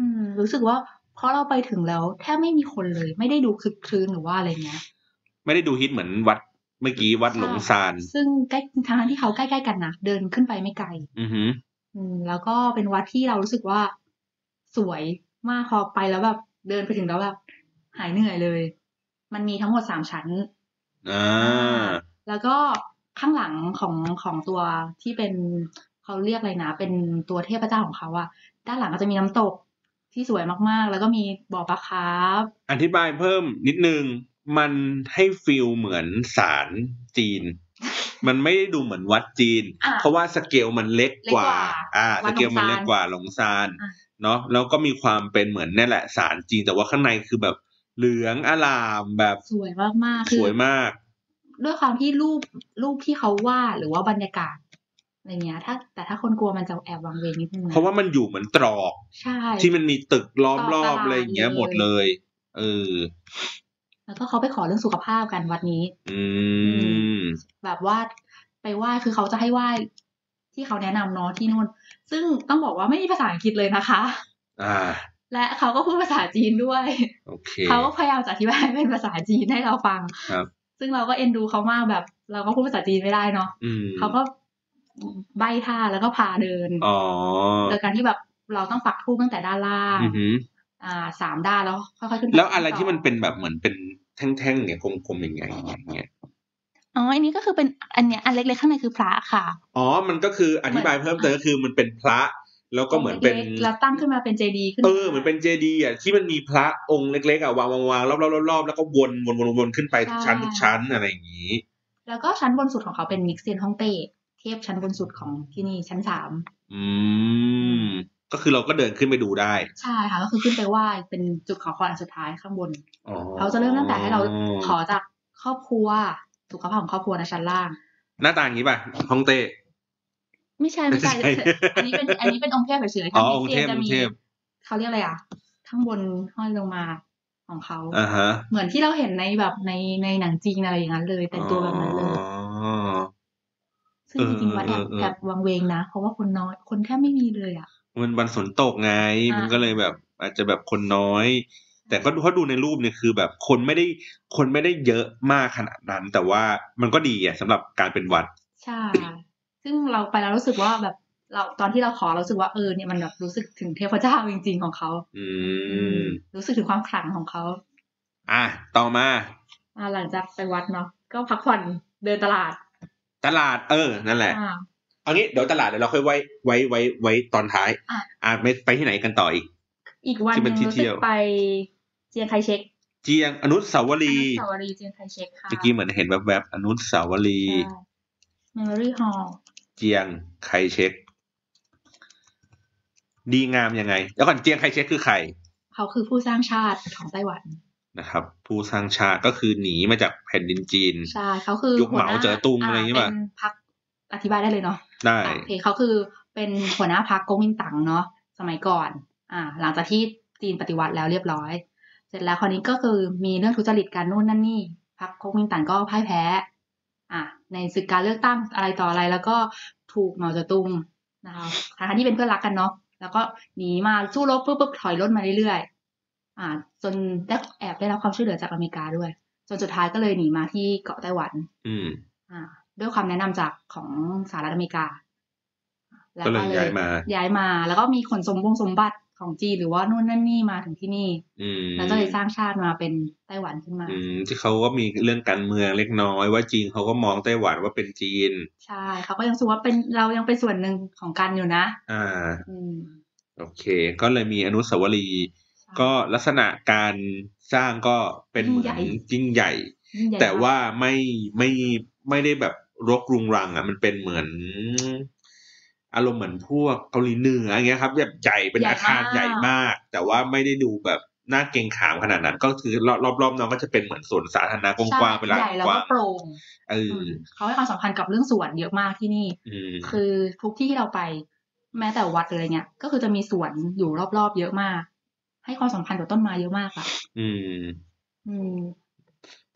[SPEAKER 2] อืม รู้สึกว่าเพราะเราไปถึงแล้วแทบไม่มีคนเลย ไม่ได้ดูคลึกคลื้นหรือว่าอะไรเงี้ย
[SPEAKER 1] ไม่ได้ดูฮิตเหมือนวัดเมื่อกี้วัดหลงซาน
[SPEAKER 2] ซึ่งใกล้ทางที่เขาใกล้ๆกันนะเดินขึ้นไปไม่ไกล
[SPEAKER 1] อือหือ
[SPEAKER 2] อืมแล้วก็เป็นวัดที่เรารู้สึกว่าสวยมากพอไปแล้วแบบเดินไปถึงแล้วแบบหายเหนื่อยเลย มันมีทั้งหมดสามชั้น
[SPEAKER 1] อ่า
[SPEAKER 2] แล้วก็ข้างหลังของของตัวที่เป็นเขาเรียกอะไรนะ เป็นตัวเทพเจ้าของเขาอะด้านหลังก็จะมีน้ำตกที่สวยมากๆ แล้วก็มีบ่อปลาคาร์ฟ
[SPEAKER 1] อธิบายเพิ่มนิดนึง มันให้ฟิลเหมือนศาลจีน มันไม่ได้ดูเหมือนวัดจีน
[SPEAKER 2] อ่ะ
[SPEAKER 1] เพราะว่าสเกลมันเล็กกว่า
[SPEAKER 2] เล็กกว่า
[SPEAKER 1] อ่า
[SPEAKER 2] วั
[SPEAKER 1] ส
[SPEAKER 2] ดหลงซาน
[SPEAKER 1] เกลมันเล็กกว่าหลงซาน
[SPEAKER 2] อ่ะ
[SPEAKER 1] เนาะ แล้วก็มีความเป็นเหมือนนี่แหละศาลจีน แต่ว่าข้างในคือแบบเหลืองอลามแบบ
[SPEAKER 2] สวยมากๆ
[SPEAKER 1] ส
[SPEAKER 2] คือ
[SPEAKER 1] วยมาก
[SPEAKER 2] ด้วยความที่รูปรูปที่เขาวาดหรือว่าบรรยากาศอะไรเงี้ย ถ้า แต่ถ้าคนกลัวมันจะแอบวังเวงนิดนึงน
[SPEAKER 1] เพราะว่ามันอยู่เหมือนตรอก
[SPEAKER 2] ใช่
[SPEAKER 1] ที่มันมีตึกล้อมรอ
[SPEAKER 2] ตลา
[SPEAKER 1] บ
[SPEAKER 2] ด
[SPEAKER 1] อะไรอย่างเงี้ย
[SPEAKER 2] เลย
[SPEAKER 1] หมดเลย เออ
[SPEAKER 2] แล้วก็เขาไปขอเรื่องสุขภาพกันวัดนี้
[SPEAKER 1] อืม
[SPEAKER 2] แบบว่าไปไหว้คือเขาจะให้ไหว้ที่เขาแนะนำเนาะที่นู่น ซึ่งต้องบอกว่าไม่มีภาษาอังกฤษเลยนะคะ
[SPEAKER 1] อ่า
[SPEAKER 2] และเขาก็พูดภาษาจีนด้วย
[SPEAKER 1] โอเค
[SPEAKER 2] เขาก็พยายามจะอธิบายเป็นภาษาจีนให้เราฟัง
[SPEAKER 1] ครับ
[SPEAKER 2] ซึ่งเราก็เอ็นดูเขามากแบบ เราก็พูดภาษาจีนไม่ได้เนาะ
[SPEAKER 1] อืม
[SPEAKER 2] เขาก็ใบท่าแล้วก็พาเดิน
[SPEAKER 1] อ๋อ
[SPEAKER 2] โดยการที่แบบเราต้องปักธูปตั้งแต่ด้านล่าง
[SPEAKER 1] อือหือ
[SPEAKER 2] อ่าสามด้านแล้วค่อยๆขึ้นป
[SPEAKER 1] แล้วอะไรที่
[SPEAKER 2] ต่
[SPEAKER 1] มันเป็นแบบเหมือนเป็นแท่งๆเนี่ยกลมๆอย่างไงอย่างเงี้ย
[SPEAKER 2] อ๋อ อันนี้ก็คือเป็นอันเนี้ยอันเล็กๆข้างในคือพระค่ะ
[SPEAKER 1] อ๋อ มันก็คืออธิบายเพิ่มเติมก็คือมันเป็นพระ แล้วก็เหมือนเป็น
[SPEAKER 2] ล็กๆแล้วตั้งขึ้นมาเป็นเจดีขึ้น
[SPEAKER 1] เอ
[SPEAKER 2] มา
[SPEAKER 1] อเหมือนเป็นเจดีย์อ่ะที่มันมีพระองค์เล็กๆอ่ะวางวางวางรอบรอบรอบรอบแล้วก็วนวนวนวนขึ้นไปทุกชั้นทุกชั้นอะไรอย่างนี้
[SPEAKER 2] แล้วก็ชั้นบนสุดของเขาเป็นนิกเซียนฮ่องเต้เทียบชั้นบนสุดของที่นี่ชั้นสาม
[SPEAKER 1] อืม ก็คือเราก็เดินขึ้นไปดูได้
[SPEAKER 2] ใช่ค่ะก็คือขึ้นไปไหว้เป็นจุดขอพรอันสุดท้ายข้างบน
[SPEAKER 1] อ๋อ
[SPEAKER 2] เขาจะเริ่มตั้งแต่ให้เราขอจากครอบครัวสุขภาพของครอบครัวนะชั้นล่าง
[SPEAKER 1] หน้าตาอย่างนี้ป่ะฮ่องเต้
[SPEAKER 2] ไม่ใช่ไม่ใช่
[SPEAKER 1] ไม่ใช่
[SPEAKER 2] อันนี้เป็นอันนี้เป็นองค์เทพเฉยๆ
[SPEAKER 1] อ๋
[SPEAKER 2] ทาง
[SPEAKER 1] อ
[SPEAKER 2] นิกเซีย
[SPEAKER 1] อ
[SPEAKER 2] นจะ
[SPEAKER 1] งค์
[SPEAKER 2] มี
[SPEAKER 1] เทพ
[SPEAKER 2] เขาเรียกอะไรอ่ะ ข้างบนห้อยลงมาของเขา
[SPEAKER 1] อ่าฮะ
[SPEAKER 2] เหมือนที่เราเห็นในแบบในในหนังจีนอะไรอย่างนั้นเลย แต่งตัวแบบนั้นเลย
[SPEAKER 1] อ๋อ
[SPEAKER 2] ซึ่งจริงๆวัดแอบ
[SPEAKER 1] เออเออเออ
[SPEAKER 2] แอบวังเวงนะ เพราะว่าคนน้อยคนแทบไม่มีเลยอ่ะ
[SPEAKER 1] มันวันฝนตกไง
[SPEAKER 2] อ่ามั
[SPEAKER 1] มันก็เลยแบบ อาจจะแบบคนน้อย แต่ก็ดูเขาดูในรูปเนี่ยคือแบบคนไม่ได้คนไม่ได้เยอะมากขนาดนั้น แต่ว่ามันก็ดีอ่ะสำหรับการเป็นวัด
[SPEAKER 2] ใช่ ซึ่งเราไปแล้วรู้สึกว่าแบบเราตอนที่เราขอเรารู้สึกว่าเออเนี่ยมันแบบรู้สึกถึงเทพเจ้าจริง ๆของเขา
[SPEAKER 1] อืม
[SPEAKER 2] รู้สึกถึงความขลังของเขา
[SPEAKER 1] อ่ะต่อมา
[SPEAKER 2] อ่าหลังจากไปวัดเนาะก็พักผ่อนเดินตลาด
[SPEAKER 1] ตลาดเออ นั่นแหละ
[SPEAKER 2] อ่า
[SPEAKER 1] เอางี้เดี๋ยวตลาดเดี๋ยวเราค่อยไว้ไว้ไว้ไว้ตอนท้าย
[SPEAKER 2] อ่ะ
[SPEAKER 1] อ่ะไปไปที่ไหนกันต่ออีก
[SPEAKER 2] อีกวันห
[SPEAKER 1] ที่เป็
[SPEAKER 2] นึ่
[SPEAKER 1] น
[SPEAKER 2] ง
[SPEAKER 1] ที่
[SPEAKER 2] รู้
[SPEAKER 1] เที่
[SPEAKER 2] สึก
[SPEAKER 1] ยว
[SPEAKER 2] ไปเจียงไคเชก
[SPEAKER 1] เจียงอนุสาว
[SPEAKER 2] อ
[SPEAKER 1] รี
[SPEAKER 2] นุ
[SPEAKER 1] ย์
[SPEAKER 2] สาวรีย์เจียงไคเชกค่ะ
[SPEAKER 1] เมื่อกี้เหมือนเห็นแวบๆอนุสาวรีย์
[SPEAKER 2] เมมโมรี่ฮอลล์
[SPEAKER 1] เจียงไคเชกดีงามยังไงแล้วก่อนเจียงไคเชกคือใคร
[SPEAKER 2] เขาคือผู้สร้างชาติของไต้หวัน
[SPEAKER 1] นะครับผู้สร้างชาติก็คือหนีมาจากแผ่นดินจีน
[SPEAKER 2] ใช่ เขาคือ
[SPEAKER 1] ยุคเหมา
[SPEAKER 2] หัวน้
[SPEAKER 1] เจ๋อตุงอะไรอย่างเงี้ยป่ะ
[SPEAKER 2] เป็นพักอธิบายได้เลยเนาะ
[SPEAKER 1] ได้
[SPEAKER 2] อ่ะโอเคเขาคือเป็นหัวหน้าพักก๊กมินตั๋งเนาะสมัยก่อน อ่า หลังจากที่จีนปฏิวัติแล้วเรียบร้อย เสร็จแล้วคราวนี้ก็คือมีเรื่องทุจริตการนู่นนั่นนี่พักก๊กมินตั๋งก็พ่ายแพ้ อ่ะในศึกการเลือกตั้งอะไรต่ออะไร แล้วก็ถูกเหมาเจ๋อตุงนะคะทั้งๆที่เป็นเพื่อนรักกันเนาะแล้วก็หนีมาสู้รบปุ๊บปุ๊บถอยร่นมาเรื่อยๆอ่า จนได้แอบได้รับความช่วยเหลือจากอเมริกาด้วย จนสุดท้ายก็เลยหนีมาที่เกาะไต้หวัน
[SPEAKER 1] อืม
[SPEAKER 2] อ่าด้วยความแนะนำจากของสหรัฐอเมริกา
[SPEAKER 1] ก็เลยย้ายมา
[SPEAKER 2] ย้ายมา แล้วก็มีขนสมบงสมบัติของจีนหรือว่านู่นนั่นนี่มาถึงที่นี่
[SPEAKER 1] อืม
[SPEAKER 2] แล้วก็เลยสร้างชาติมาเป็นไต้หวันขึ้นมา
[SPEAKER 1] อืมที่เขาก็มีเรื่องการเมืองเล็กน้อยว่าจีนเขาก็มองไต้หวันว่าเป็นจีน
[SPEAKER 2] ใช่เขาก็ยังรู้สึกว่าเป็นเรายังเป็นส่วนหนึ่งของกันอยู่นะ
[SPEAKER 1] อ่า
[SPEAKER 2] อืม
[SPEAKER 1] โอเค ก็เลยมีอนุสาวรีย์
[SPEAKER 2] ใช่
[SPEAKER 1] ก็ลักษณะการสร้างก็เป็นเหมือน
[SPEAKER 2] ยิ่งใหญ่
[SPEAKER 1] ยิ่งใหญ่
[SPEAKER 2] ยิ่งใหญ่
[SPEAKER 1] แต่
[SPEAKER 2] มก
[SPEAKER 1] ว่าไม่ไม่ไม่ได้แบบรกรุงรังอ่ะมันเป็นเหมือน อารมณ์เหมือนพวกเกาหลีเหนืออย่างเงี้ยครับแบบใหญ่เป็นอาคารใหญ่มาก แต่ว่าไม่ได้ดูแบบน่าเกรงขามขนาดนั้น ก็คือรอบรอบๆน้องก็จะเป็นเหมือนสวนสาธารณะก
[SPEAKER 2] ใช่
[SPEAKER 1] ว้างๆเป็นลาน
[SPEAKER 2] ใหญ่แล้ว
[SPEAKER 1] กว้า
[SPEAKER 2] ก็
[SPEAKER 1] ง
[SPEAKER 2] โปร่ง
[SPEAKER 1] เออ
[SPEAKER 2] อืมเขาให้ความสำคัญกับเรื่องสวนเยอะมากที่นี่
[SPEAKER 1] อืม
[SPEAKER 2] คือทุกที่ที่เราไป แม้แต่วัดหรืออะไรเงี้ย ก็คือจะมีสวนอยู่รอบๆเยอะมาก ให้ความสำคัญกับต้นไม้เยอะมากอะ
[SPEAKER 1] อืม
[SPEAKER 2] อืม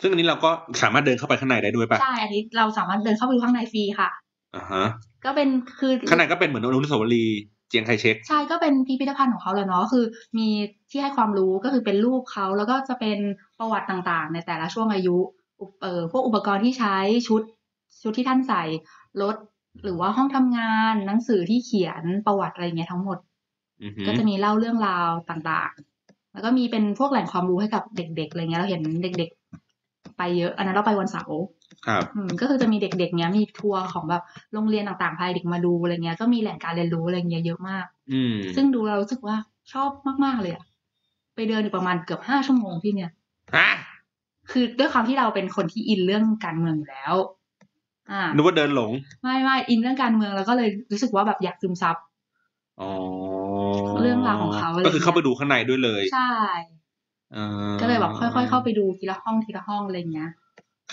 [SPEAKER 1] ซึ่งอันนี้เราก็สามารถเดินเข้าไปข้างในได้ด้วยป่ะ
[SPEAKER 2] ใช่ อันนี้เราสามารถเดินเข้าไปดูข้างในฟรีค่ะ
[SPEAKER 1] อ่าฮะ
[SPEAKER 2] ก็เป็นคือ
[SPEAKER 1] ข้างในก็เป็นเหมือนอนุสาวรีย์เจียงไคเชก
[SPEAKER 2] ใช่ก็เป็นพิพิธภัณฑ์ของเขาเลยเนาะก็คือ มีที่ให้ความรู้ก็คือเป็นรูปเขาแล้วก็จะเป็นประวัติต่างๆ ในแต่ละช่วงอายุอุปเอ่อพวกอุปกรณ์ที่ใช้ชุด ชุดที่ท่านใส่รถหรือว่าห้องทำงาน หนังสือที่เขียนประวัติอะไรเงี้ยทั้งหมด
[SPEAKER 1] อือหือ
[SPEAKER 2] ก็จะมีเล่าเรื่องราวต่างๆ แล้วก็มีเป็นพวกแหล่งความรู้ให้กับเด็กๆอะไรเงี้ยเราเห็นเด็ก ๆ ไปเยอะ อันนั้นเราไปวันเสาร์
[SPEAKER 1] ครับ
[SPEAKER 2] อืมก็คือจะมีเด็กๆ เนี้ยมีทัวร์ของแบบโรงเรียนต่างๆ พาเด็กมาดูอะไรเงี้ย ก็มีแหล่งการเรียนรู้อะไรเงี้ยเยอะมาก
[SPEAKER 1] อืม
[SPEAKER 2] ซึ่งดูเรารู้สึกว่าชอบมากๆเลยอะไปเดินอยู่ประมาณเกือบห้าชั่วโมงที่เนี่ย
[SPEAKER 1] ฮะ
[SPEAKER 2] คือด้วยความที่เราเป็นคนที่อินเรื่องการเมืองอยู่แล้ว อ่า
[SPEAKER 1] นึกว่าเดินหลง
[SPEAKER 2] ไม่ไม่อินเรื่องการเมืองแล้วก็เลยรู้สึกว่าแบบอยากซึมซับ
[SPEAKER 1] อ๋อ
[SPEAKER 2] เรื่องราวของเขาอะไร
[SPEAKER 1] ก็คือเข้าไปดูข้างในด้วยเลย
[SPEAKER 2] ใช่
[SPEAKER 1] อ่า
[SPEAKER 2] ก็เลยแบบค่อยๆ เข้าไปดูทีละห้องทีละห้องอะไรเงี้ย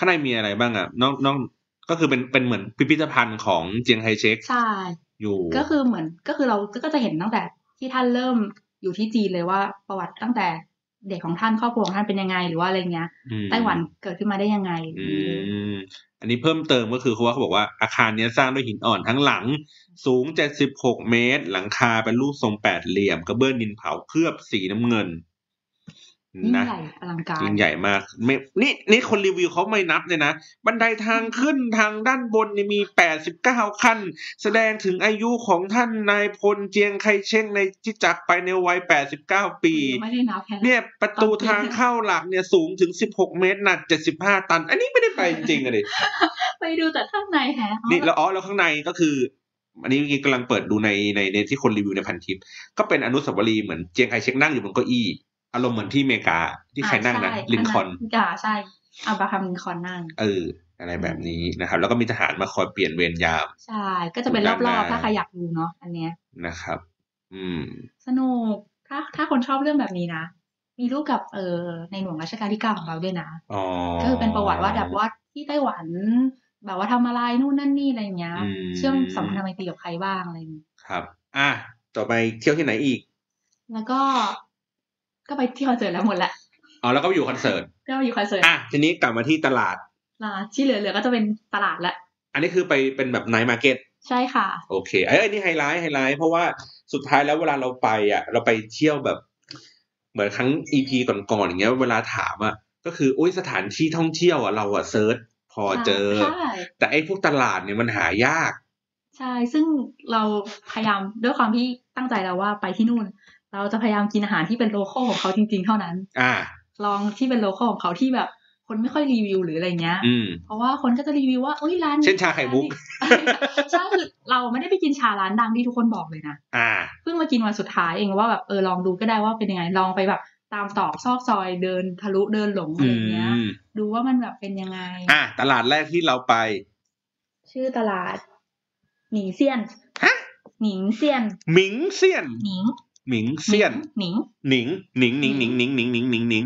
[SPEAKER 1] ข้างในมีอะไรบ้างอ่ะ นอกนอกก็คือเป็นเป็นเหมือนพิพิธภัณฑ์ของเจียงไฮเชก
[SPEAKER 2] ใช่
[SPEAKER 1] อยู่
[SPEAKER 2] ก็คือเหมือนก็คือเราก็จะเห็นตั้งแต่ที่ท่านเริ่มอยู่ที่จีนเลยว่าประวัติตั้งแต่เด็กของท่านครอบครัวของท่านเป็นยังไงหรือว่าอะไรเงี้ย
[SPEAKER 1] ม
[SPEAKER 2] ไต้หวันเกิดขึ้นมาได้ยังไง
[SPEAKER 1] อืม อันนี้เพิ่มเติมก็คือเขาว่าเขาบอกว่าอาคารเนี้ยสร้างด้วยหินอ่อนทั้งหลัง สูง 76 เมตร หลังคาเป็นรูปทรงแปดเหลี่ยมกระเบื้องดินเผาเคลือบสีน้ำเงิน
[SPEAKER 2] ยิ่ง
[SPEAKER 1] นะ
[SPEAKER 2] ใหญ่อลังการ
[SPEAKER 1] ยิ่งใหญ่มากไม่นี่นี่คนรีวิวเขาไม่นับเลยนะ บันไดทางขึ้นทางด้านบนเนี่ยมี 89 ขั้น แสดงถึงอายุของท่านนายพลเจียงไคเชงในที่จากไปในวัย 89 ปี
[SPEAKER 2] ไม่ได้นับแค่นั้น
[SPEAKER 1] เนี่ยประตูทางเข้าหลักเนี่ยสูงถึง 16 เมตรหนัก 75 ตัน อันนี้ไม่ได้ไปจริงๆอะดิ
[SPEAKER 2] ไปดูแต่ข้างในแฮะ
[SPEAKER 1] นี่แล้วอ๋อแล้วข้างในก็คือ อันนี้เมื่อกี้กำลังเปิดดูในในในที่คนรีวิวในพันทิป ก็เป็นอนุสาวรีย์เหมือนเจียงไคเชกนั่งอยู่บนเก้าอี้ อารมณ์เหมือนที่อเมริกาที่ใครนั่งนะ
[SPEAKER 2] อ่าใช่
[SPEAKER 1] ลินคอล์น
[SPEAKER 2] อ่าใช่อับราฮัมลินคอล์นนั่ง
[SPEAKER 1] เออ อะไรแบบนี้นะครับ แล้วก็มีทหารมาคอยเปลี่ยนเวรยาม
[SPEAKER 2] ใช่ ก็จะเป็น
[SPEAKER 1] ด้านห
[SPEAKER 2] ร
[SPEAKER 1] น้า
[SPEAKER 2] อบๆ ถ้าใครอยากดูเนาะอันเนี้ย
[SPEAKER 1] นะครับ อืม
[SPEAKER 2] สนุก ถ้าถ้าคนชอบเรื่องแบบนี้นะ มีรูปกับเออในหลวงรัชกาลที่เก้าของเราด้วยนะ
[SPEAKER 1] อ๋อ
[SPEAKER 2] ก็คือเป็นประวัติว่าแบบว่าที่ไต้หวัน แบบว่าทำอะไรนู่นนั่นนี่อะไรอย่างเงี้ย
[SPEAKER 1] ม
[SPEAKER 2] เชื่อมสัมพันธไมตรีกับใครบ้างอะไรอย่างงี้
[SPEAKER 1] ครับ อ่ะ ต่อไปเที่ยวที่ไหนอีก
[SPEAKER 2] แล้วก็ ก็ไปที่คอนเสิร์ตแล้วหมดละ
[SPEAKER 1] อ๋อ แล้วก็ไปอยู่คอนเสิร์ต
[SPEAKER 2] ก็อยู่คอนเสิร์ต
[SPEAKER 1] อ่ะ ทีนี้กลับมาที่ตลาด
[SPEAKER 2] อ่าที่เหลือๆก็จะเป็นตลาดละ
[SPEAKER 1] อันนี้คือไปเป็นแบบไนท์มาร์เก็ต
[SPEAKER 2] ใช่ค่ะ
[SPEAKER 1] โอเค เอ้ยอันนี่ไฮไลท์ไฮไลท์เพราะว่าสุดท้ายแล้วเวลาเราไปอ่ะ เราไปเที่ยวแบบ เหมือนครั้งอีพีก่อนๆอย่างเงี้ย เวลาถามอ่ะก็คืออุ้ยสถานที่ท่องเที่ยวอ่ะเราอ่ะเซิร์ชพอเจอ
[SPEAKER 2] ใช่
[SPEAKER 1] แต่ไอ้พวกตลาดเนี่ยมันหายาก
[SPEAKER 2] ใช่ ซึ่งเราพยายามด้วยความที่ตั้งใจแล้วว่าไปที่นู่น เราจะพยายามกินอาหารที่เป็นโลคอลของเขาจริง ๆ เท่านั้น
[SPEAKER 1] อ่า
[SPEAKER 2] ลองที่เป็นโลคอลของเขาที่แบบคนไม่ค่อยรีวิวหรืออะไรเงี้ย
[SPEAKER 1] อืม
[SPEAKER 2] เพราะว่าคนก็จะรีวิวว่าเอ้ยร้าน
[SPEAKER 1] เช่นชาไข่มุก
[SPEAKER 2] ใช่คือเราไม่ได้ไปกินชาร้านดังที่ทุกคนบอกเลยนะ
[SPEAKER 1] อ่า
[SPEAKER 2] เพิ่งมากินวันสุดท้ายเองว่าแบบเออลองดูก็ได้ว่าเป็นยังไง ลองไปแบบตามตอกซอกซอยเดินทะลุเดินหลงอะ
[SPEAKER 1] อื
[SPEAKER 2] ไรเงี้ย
[SPEAKER 1] ม
[SPEAKER 2] ดูว่ามันแบบเป็นยังไง
[SPEAKER 1] อ่าตลาดแรกที่เราไป
[SPEAKER 2] ชื่อตลาด หนิงเซียน
[SPEAKER 1] ฮะ
[SPEAKER 2] หนิงเซียน
[SPEAKER 1] หมิงเซียน
[SPEAKER 2] หนิง
[SPEAKER 1] หมิงเซียน
[SPEAKER 2] หนิง
[SPEAKER 1] หนิง หนิงหนิงหนิงหนิงหนิงหนิงหนิงหนิง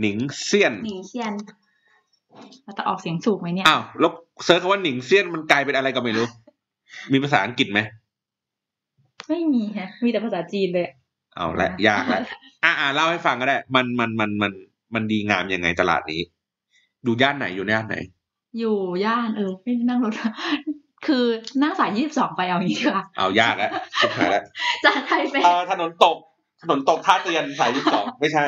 [SPEAKER 1] หนิงเซียน
[SPEAKER 2] หนิงเซียนเราจะออกเสียงถูกไหมเนี่ย
[SPEAKER 1] อ้าว แล้วเซิร์ชคำว่าหนิงเซียนมันกลายเป็นอะไรก็ไม่รู้ มีภาษาอังกฤษไหม
[SPEAKER 2] ไม่มีฮะ มีแต่ภาษาจีนเลย
[SPEAKER 1] เอาละยาก ละอ่าอ่าเล่าให้ฟังก็ได้ มันมันมันมันมันดีงามยังไงตลาดนี้ ดูย่านไหนอยู่ย่านไหน
[SPEAKER 2] อยู่ย่านเออไม่นั่งรถ คือนั่งสายยี่สิบสองไปเอาอย่างงี้ดีกว่า
[SPEAKER 1] เอายากละสุดท้าย ละ
[SPEAKER 2] จากไทเป
[SPEAKER 1] เอ่อถนนตก ถนนตกท่าเตียนสายยี่สิบสองไม่ใช่